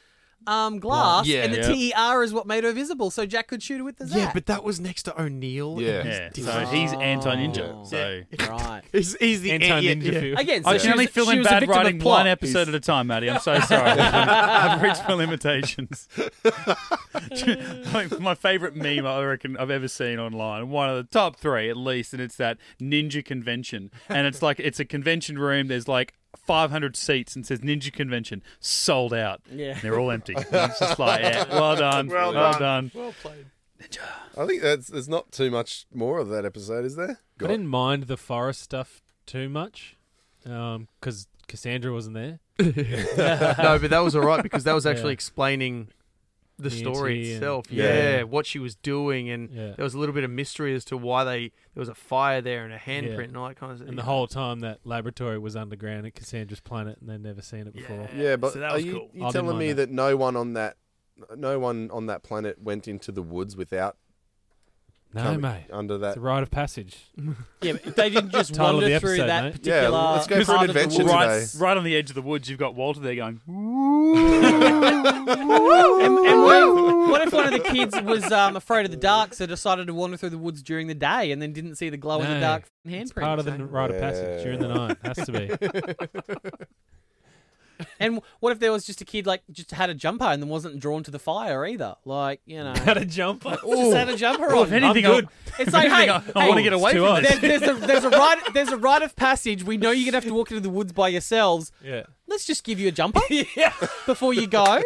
[SPEAKER 2] um, glass,
[SPEAKER 5] Yeah.
[SPEAKER 2] and the
[SPEAKER 1] Yeah.
[SPEAKER 2] TER is what made her visible, so Jack could shoot her with the Zap.
[SPEAKER 5] Yeah, but that was next to O'Neill. and
[SPEAKER 4] Yeah.
[SPEAKER 1] Yeah,
[SPEAKER 5] he's
[SPEAKER 1] so he's anti ninja.
[SPEAKER 2] Oh.
[SPEAKER 1] So
[SPEAKER 2] right.
[SPEAKER 5] He's, he's the
[SPEAKER 3] Anti
[SPEAKER 5] yeah,
[SPEAKER 3] Ninja
[SPEAKER 5] yeah.
[SPEAKER 3] Fuel.
[SPEAKER 2] Again, so
[SPEAKER 1] I
[SPEAKER 2] she
[SPEAKER 1] can
[SPEAKER 2] was,
[SPEAKER 1] only fill
[SPEAKER 2] she
[SPEAKER 1] in
[SPEAKER 2] was a
[SPEAKER 1] bad
[SPEAKER 2] victim of
[SPEAKER 1] writing
[SPEAKER 2] plot.
[SPEAKER 1] one episode at a time, Matty. I'm so sorry. I've reached my limitations. Like, my favourite meme I reckon I've ever seen online, one of the top three at least, and it's that ninja convention. And it's like it's a convention room. There's like 500 seats and it says ninja convention sold out.
[SPEAKER 2] Yeah.
[SPEAKER 1] and they're all empty. And it's just like, yeah, well done, well, done.
[SPEAKER 5] Well played.
[SPEAKER 4] I think that's there's not too much more of that episode, is there?
[SPEAKER 3] I didn't mind the forest stuff too much because Cassandra wasn't there.
[SPEAKER 5] no, but that was all right because that was actually
[SPEAKER 3] Yeah.
[SPEAKER 5] explaining the
[SPEAKER 3] The
[SPEAKER 5] story
[SPEAKER 3] entity and-
[SPEAKER 5] itself.
[SPEAKER 3] Yeah.
[SPEAKER 5] Yeah. what she was doing, and
[SPEAKER 3] Yeah.
[SPEAKER 5] there was a little bit of mystery as to why they there was a fire there and a handprint
[SPEAKER 3] Yeah.
[SPEAKER 5] and all that kind of stuff.
[SPEAKER 3] And the whole time that laboratory was underground at Cassandra's planet and they'd never seen it before.
[SPEAKER 5] Yeah.
[SPEAKER 4] Yeah, but
[SPEAKER 5] So that
[SPEAKER 4] are
[SPEAKER 5] was
[SPEAKER 4] you,
[SPEAKER 5] cool.
[SPEAKER 4] you
[SPEAKER 3] I didn't
[SPEAKER 4] telling
[SPEAKER 3] mind
[SPEAKER 4] me
[SPEAKER 3] that.
[SPEAKER 4] that. no one on that no one on that planet went into the woods without
[SPEAKER 3] No,
[SPEAKER 4] coming
[SPEAKER 3] mate.
[SPEAKER 4] under
[SPEAKER 3] It's
[SPEAKER 4] that?
[SPEAKER 3] a rite of passage.
[SPEAKER 2] Yeah, but they didn't just
[SPEAKER 3] Title of
[SPEAKER 2] wander
[SPEAKER 3] the
[SPEAKER 2] through
[SPEAKER 3] episode,
[SPEAKER 2] that
[SPEAKER 3] mate.
[SPEAKER 2] particular.
[SPEAKER 4] Yeah, let's go for
[SPEAKER 2] part
[SPEAKER 4] an
[SPEAKER 2] of the
[SPEAKER 4] adventure
[SPEAKER 2] wall.
[SPEAKER 1] Right,
[SPEAKER 4] today.
[SPEAKER 1] right on the edge of the woods, you've got Walter there going,
[SPEAKER 2] And, and what, if, what if one of the kids was um, afraid of the dark, so decided to wander through the woods during the day, and then didn't see the glow in the
[SPEAKER 3] No.
[SPEAKER 2] dark
[SPEAKER 3] It's
[SPEAKER 2] handprint?
[SPEAKER 3] part of the rite of passage during the night. Has to be.
[SPEAKER 2] And what if there was just a kid like just had a jumper and then wasn't drawn to the fire either? Like you know,
[SPEAKER 3] Had a jumper.
[SPEAKER 2] just had a jumper
[SPEAKER 1] Well,
[SPEAKER 2] on.
[SPEAKER 1] if anything, I,
[SPEAKER 3] good.
[SPEAKER 2] it's like hey,
[SPEAKER 1] I, I want to
[SPEAKER 2] hey,
[SPEAKER 1] get away
[SPEAKER 3] to
[SPEAKER 1] from
[SPEAKER 3] us.
[SPEAKER 1] this.
[SPEAKER 2] There, there's a there's a rite there's a rite of passage. We know you're gonna have to walk into the woods by yourselves.
[SPEAKER 3] Yeah.
[SPEAKER 2] Let's just give you a jumper before you go,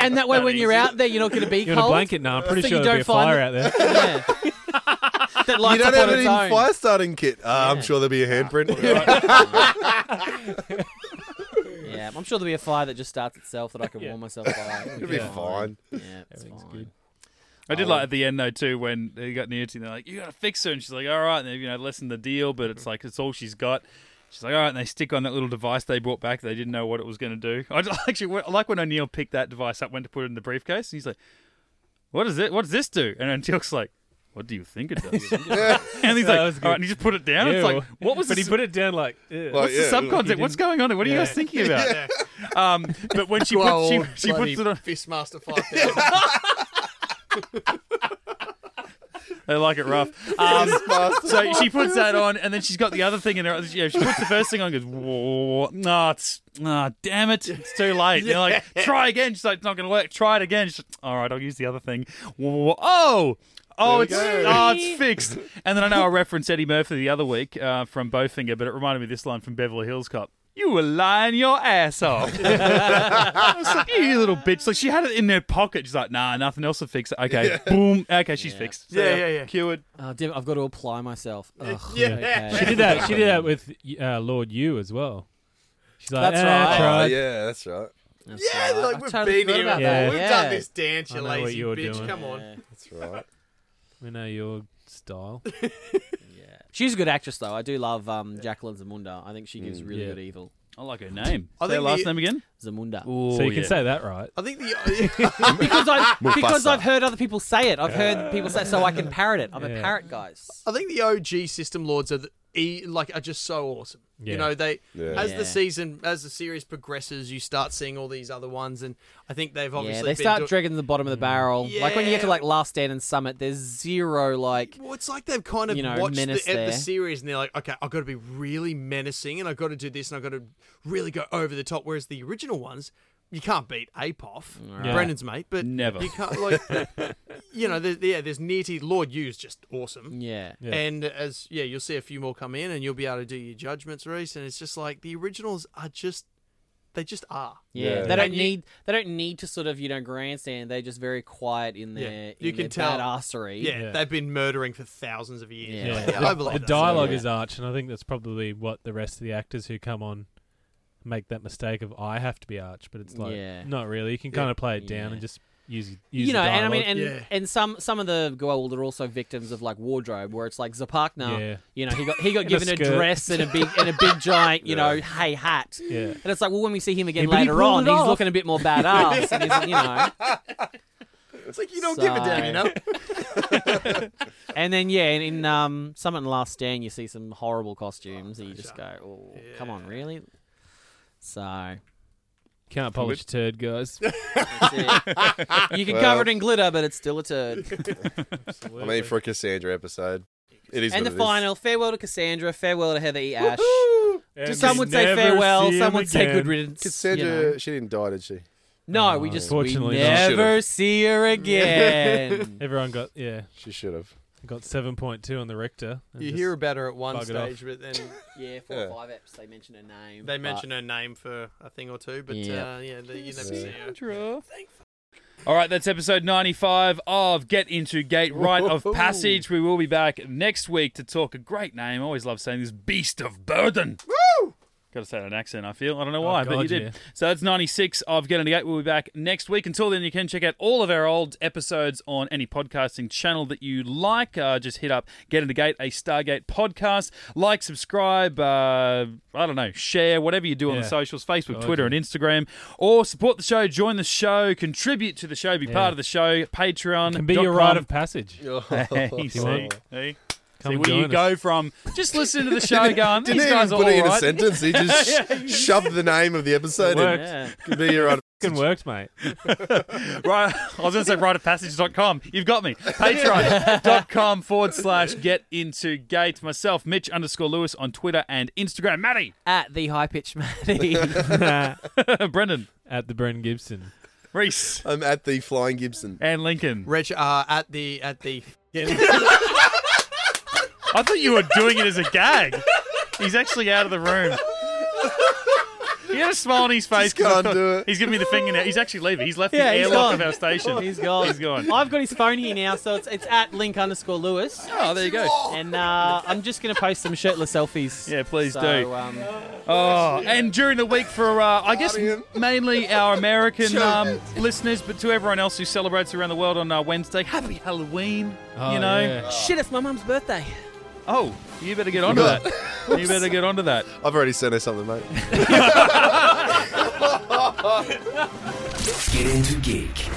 [SPEAKER 2] and that way when you're out there, you're not gonna be
[SPEAKER 3] You want
[SPEAKER 2] cold.
[SPEAKER 3] a blanket? No, I'm pretty
[SPEAKER 2] So you
[SPEAKER 3] sure there'll be a
[SPEAKER 2] don't
[SPEAKER 3] fire out
[SPEAKER 2] find
[SPEAKER 3] there.
[SPEAKER 2] Yeah. that
[SPEAKER 4] You
[SPEAKER 2] lights
[SPEAKER 4] don't
[SPEAKER 2] up
[SPEAKER 4] have
[SPEAKER 2] on
[SPEAKER 4] an
[SPEAKER 2] its own.
[SPEAKER 4] fire starting kit. Uh, I'm sure there'll be a handprint.
[SPEAKER 2] Yeah, I'm sure there'll be a fire that just starts itself that I can warm myself by. It'll
[SPEAKER 4] It'll be fine.
[SPEAKER 2] Yeah, it's
[SPEAKER 3] Everything's
[SPEAKER 2] fine.
[SPEAKER 3] good.
[SPEAKER 1] I did like at the end though too when they got Nancy and they're like, "You gotta fix her," and she's like, "All right," and they, you know, lessen the deal, but it's like it's all she's got. She's like, "All right," and they stick on that little device they brought back. They didn't know what it was going to do. I just- actually I like when O'Neill picked that device up, went to put it in the briefcase, and he's like, "What is it? What does this do?" And Antioch's like, "What do you think it does?" and he's
[SPEAKER 3] That
[SPEAKER 1] like,
[SPEAKER 3] was good.
[SPEAKER 1] "All right," and he just put it down. and It's like,
[SPEAKER 3] Ew.
[SPEAKER 1] "What was?"
[SPEAKER 3] But
[SPEAKER 1] the
[SPEAKER 3] he put it down like. ugh.
[SPEAKER 4] Like,
[SPEAKER 1] What's the
[SPEAKER 4] yeah, it was-
[SPEAKER 1] subcontext? What's going on? here? What are you guys thinking about? Um, but when she puts, she, she puts it on,
[SPEAKER 5] Fistmaster 5000.
[SPEAKER 1] they like it rough. Um,
[SPEAKER 4] Fast.
[SPEAKER 1] So she puts that on, and then she's got the other thing in her. Yeah, she puts the first thing on, and goes, "Whoa, nah, it's nah, damn it, it's too late." And They're like, "Try again." She's like, "It's not going to work." Try it again. She's like, All right, I'll use the other thing. Whoa, oh. Oh,
[SPEAKER 4] There
[SPEAKER 1] it's
[SPEAKER 4] we go.
[SPEAKER 1] oh, it's fixed. And then I know I referenced Eddie Murphy the other week uh, from Bowfinger, but it reminded me of this line from Beverly Hills Cop. You were lying your ass off. I was like, you little bitch. Like she had it in her pocket. She's like, nah, nothing else will fix it. Okay, boom. Okay, she's fixed. So,
[SPEAKER 5] Yeah, yeah, yeah.
[SPEAKER 1] Cured.
[SPEAKER 2] Oh, damn, it, I've got to apply myself. Ugh,
[SPEAKER 5] Yeah.
[SPEAKER 2] okay.
[SPEAKER 3] She did that. She did that with uh, Lord Yu as well. She's like,
[SPEAKER 2] That's
[SPEAKER 3] "Eh, I
[SPEAKER 2] right.
[SPEAKER 4] Oh,
[SPEAKER 3] tried."
[SPEAKER 4] yeah, that's right.
[SPEAKER 2] That's
[SPEAKER 5] yeah,
[SPEAKER 2] all right. I
[SPEAKER 5] like we've
[SPEAKER 2] totally
[SPEAKER 5] been
[SPEAKER 2] forgot
[SPEAKER 5] here.
[SPEAKER 2] about
[SPEAKER 3] that.
[SPEAKER 5] before. We've
[SPEAKER 2] Yeah.
[SPEAKER 5] done this dance, you
[SPEAKER 3] I know what
[SPEAKER 5] lazy
[SPEAKER 3] you're
[SPEAKER 5] bitch.
[SPEAKER 3] doing.
[SPEAKER 5] Come on.
[SPEAKER 4] That's right.
[SPEAKER 3] We know your style.
[SPEAKER 2] Yeah. She's a good actress, though. I do love um, Jacqueline Zamunda. I think she gives really
[SPEAKER 3] Mm, Yeah.
[SPEAKER 2] good evil.
[SPEAKER 1] I like her name.
[SPEAKER 5] I
[SPEAKER 1] Say her
[SPEAKER 5] think
[SPEAKER 1] last
[SPEAKER 5] the-
[SPEAKER 1] name again.
[SPEAKER 2] Zamunda.
[SPEAKER 1] Ooh,
[SPEAKER 3] so you can
[SPEAKER 1] Oh, yeah.
[SPEAKER 3] say that right.
[SPEAKER 5] I think the
[SPEAKER 2] Because, I, because
[SPEAKER 4] Mufasa.
[SPEAKER 2] I've heard other people say it. I've heard people say it, so I can parrot it. I'm a
[SPEAKER 3] Yeah.
[SPEAKER 2] parrot, guys.
[SPEAKER 5] I think the OG system lords are the, e, like are just so awesome.
[SPEAKER 3] Yeah.
[SPEAKER 5] You know, they
[SPEAKER 4] Yeah.
[SPEAKER 5] as
[SPEAKER 2] Yeah.
[SPEAKER 5] the season as the series progresses, you start seeing all these other ones, and I think they've obviously
[SPEAKER 2] Yeah, they
[SPEAKER 5] been
[SPEAKER 2] start
[SPEAKER 5] do- Mm.
[SPEAKER 2] dragging the bottom of the barrel. Like when you get to
[SPEAKER 5] Yeah.
[SPEAKER 2] like Last Stand and Summit, there's zero like.
[SPEAKER 5] Well, it's like they've kind of
[SPEAKER 2] you know,
[SPEAKER 5] watched the, e,
[SPEAKER 2] menace
[SPEAKER 5] the
[SPEAKER 2] there.
[SPEAKER 5] series and they're like, okay, I've got to be really menacing and I've got to do this and I've got to really go over the top. Whereas the original ones, you can't beat Apoff,
[SPEAKER 3] Yeah.
[SPEAKER 5] Brennan's mate, but
[SPEAKER 1] Never.
[SPEAKER 5] You can't, like, you know, there, yeah, there's Nearty, Lord Yu's just awesome.
[SPEAKER 2] Yeah.
[SPEAKER 3] Yeah.
[SPEAKER 5] And as, yeah, you'll see a few more come in and you'll be able to do your judgments, Reese. And it's just like the originals are just, they just are.
[SPEAKER 2] Yeah,
[SPEAKER 4] Yeah.
[SPEAKER 2] they don't
[SPEAKER 5] And you-
[SPEAKER 2] need they don't need to sort of you know grandstand. They're just very quiet in
[SPEAKER 5] Yeah,
[SPEAKER 2] their
[SPEAKER 5] you
[SPEAKER 2] in their
[SPEAKER 5] can tell.
[SPEAKER 2] badassery.
[SPEAKER 5] Yeah,
[SPEAKER 3] Yeah.
[SPEAKER 5] they've been murdering for thousands of years.
[SPEAKER 2] Yeah.
[SPEAKER 5] Like,
[SPEAKER 2] Yeah.
[SPEAKER 5] I believe
[SPEAKER 3] The
[SPEAKER 5] that.
[SPEAKER 3] dialogue
[SPEAKER 2] yeah.
[SPEAKER 3] is arch, and I think that's probably what the rest of the actors who come on make that mistake of I have to be arch, but it's like
[SPEAKER 2] Yeah.
[SPEAKER 3] not really. You can kind of play it down
[SPEAKER 2] Yeah.
[SPEAKER 3] and just use use
[SPEAKER 2] You know,
[SPEAKER 3] the
[SPEAKER 2] and I mean,
[SPEAKER 3] dialogue.
[SPEAKER 2] and
[SPEAKER 5] Yeah.
[SPEAKER 2] and some some of the Goa'uld are also victims of like wardrobe, where it's like Zapakna.
[SPEAKER 3] Yeah.
[SPEAKER 2] You know, he got he got
[SPEAKER 3] a
[SPEAKER 2] given a,
[SPEAKER 3] skirt.
[SPEAKER 2] dress and a big and a big giant, you know, hay hat.
[SPEAKER 3] yeah.
[SPEAKER 2] And it's like, well, when we see him again
[SPEAKER 3] Yeah, but he
[SPEAKER 2] later
[SPEAKER 3] pulled
[SPEAKER 2] on,
[SPEAKER 3] it
[SPEAKER 2] he's
[SPEAKER 3] off.
[SPEAKER 2] looking a bit more badass. and he's, you know,
[SPEAKER 5] It's like you don't give a damn, you know?
[SPEAKER 2] and then yeah, in, in um, Summit and Last Stand, you see some horrible costumes, and you just go, oh, come on, really? So
[SPEAKER 3] Can't polish a turd, guys.
[SPEAKER 2] That's it. you can
[SPEAKER 4] Well.
[SPEAKER 2] cover it in glitter, but it's still a turd.
[SPEAKER 1] Oh,
[SPEAKER 4] I mean, for a Cassandra episode, it is.
[SPEAKER 2] and
[SPEAKER 4] what
[SPEAKER 2] the
[SPEAKER 4] it is.
[SPEAKER 2] final farewell to Cassandra, farewell to Heather E. Ash.
[SPEAKER 3] And
[SPEAKER 2] Some
[SPEAKER 3] we
[SPEAKER 2] would say
[SPEAKER 3] never
[SPEAKER 2] farewell,
[SPEAKER 3] see
[SPEAKER 2] some
[SPEAKER 3] him
[SPEAKER 2] would say
[SPEAKER 3] again.
[SPEAKER 2] good riddance. you
[SPEAKER 4] Cassandra,
[SPEAKER 2] know.
[SPEAKER 4] she didn't die, did she?
[SPEAKER 2] No, we just we
[SPEAKER 3] Fortunately not.
[SPEAKER 2] never
[SPEAKER 4] Should've.
[SPEAKER 2] see her again.
[SPEAKER 3] Everyone got yeah,
[SPEAKER 4] She should have.
[SPEAKER 3] got seven point two on the rector. and
[SPEAKER 5] You
[SPEAKER 3] just-
[SPEAKER 5] hear about her at one
[SPEAKER 3] bug it off.
[SPEAKER 5] stage, but then
[SPEAKER 2] yeah, four
[SPEAKER 4] Yeah.
[SPEAKER 2] or five eps they mention her name.
[SPEAKER 5] they mention her name for a thing or two. But
[SPEAKER 2] Yeah.
[SPEAKER 5] uh, yeah, the, you never see her.
[SPEAKER 1] Sandra. All right, that's episode 95 of Get Into Gate, Rite of Passage. We will be back next week to talk a great name. I always love saying this Beast of Burden. Woo! Got to say that in accent, I feel. I don't know why, but you
[SPEAKER 3] Oh, God,
[SPEAKER 1] did.
[SPEAKER 3] yeah.
[SPEAKER 1] So that's 96 of Get Into Gate. We'll be back next week. Until then, you can check out all of our old episodes on any podcasting channel that you like. Uh, just hit up Get Into Gate, a Stargate podcast. Like, subscribe, uh, I don't know, share, whatever you do on the
[SPEAKER 3] Yeah.
[SPEAKER 1] socials Facebook,
[SPEAKER 3] God,
[SPEAKER 1] Twitter,
[SPEAKER 3] yeah.
[SPEAKER 1] and Instagram. Or support the show, join the show, contribute to the show, be
[SPEAKER 3] Yeah.
[SPEAKER 1] part of the show. Patreon.
[SPEAKER 3] Can be your rite of passage.
[SPEAKER 4] Oh.
[SPEAKER 1] Hey, see,
[SPEAKER 3] want?
[SPEAKER 1] see,
[SPEAKER 3] Come
[SPEAKER 1] See, where you
[SPEAKER 3] join us.
[SPEAKER 1] go from just listen to the show going,
[SPEAKER 4] Didn't
[SPEAKER 1] these
[SPEAKER 4] he even
[SPEAKER 1] guys are all
[SPEAKER 4] put it in a
[SPEAKER 1] right.
[SPEAKER 4] sentence. He just shoved the name of the episode. in.
[SPEAKER 2] Yeah.
[SPEAKER 4] Could be your own.
[SPEAKER 3] Fucking worked, mate.
[SPEAKER 1] right, I was going to say riteofpassage.com. You've got me. Patreon.com forward slash get into gate. Myself, Mitch underscore Lewis on Twitter and Instagram. Matty,
[SPEAKER 2] At the high pitch Maddie.
[SPEAKER 3] At
[SPEAKER 1] Brendan,
[SPEAKER 3] the Bren Gibson.
[SPEAKER 1] Reese,
[SPEAKER 4] I'm at the Flying Gibson.
[SPEAKER 1] and Lincoln.
[SPEAKER 5] Reg, uh, at the at the
[SPEAKER 1] I thought you were doing it as a gag. He's actually out of the room. He had a smile on his face.
[SPEAKER 4] Just
[SPEAKER 1] 'cause I
[SPEAKER 4] can't
[SPEAKER 1] thought-
[SPEAKER 4] do it.
[SPEAKER 1] He's giving me the finger now. He's actually leaving. He's left
[SPEAKER 2] Yeah,
[SPEAKER 1] the
[SPEAKER 2] he's
[SPEAKER 1] airlock of
[SPEAKER 2] gone.
[SPEAKER 1] our station.
[SPEAKER 2] He's gone.
[SPEAKER 1] He's gone.
[SPEAKER 2] I've got his phone here now, so it's it's at link underscore Lewis,
[SPEAKER 1] Oh, there you go.
[SPEAKER 2] and uh, I'm just gonna post some shirtless selfies.
[SPEAKER 1] Yeah, please
[SPEAKER 2] so,
[SPEAKER 1] do.
[SPEAKER 2] Um,
[SPEAKER 1] Oh, and during the week for, uh, I guess,
[SPEAKER 4] Guardian.
[SPEAKER 1] mainly our American um, listeners, but to everyone else who celebrates around the world on uh, Wednesday, happy Halloween.
[SPEAKER 3] Oh,
[SPEAKER 1] you know?
[SPEAKER 3] yeah.
[SPEAKER 2] shit, it's my mum's birthday.
[SPEAKER 1] Oh, you better get onto that. You better get onto that.
[SPEAKER 4] I've already sent her something, mate.
[SPEAKER 6] Get into geek.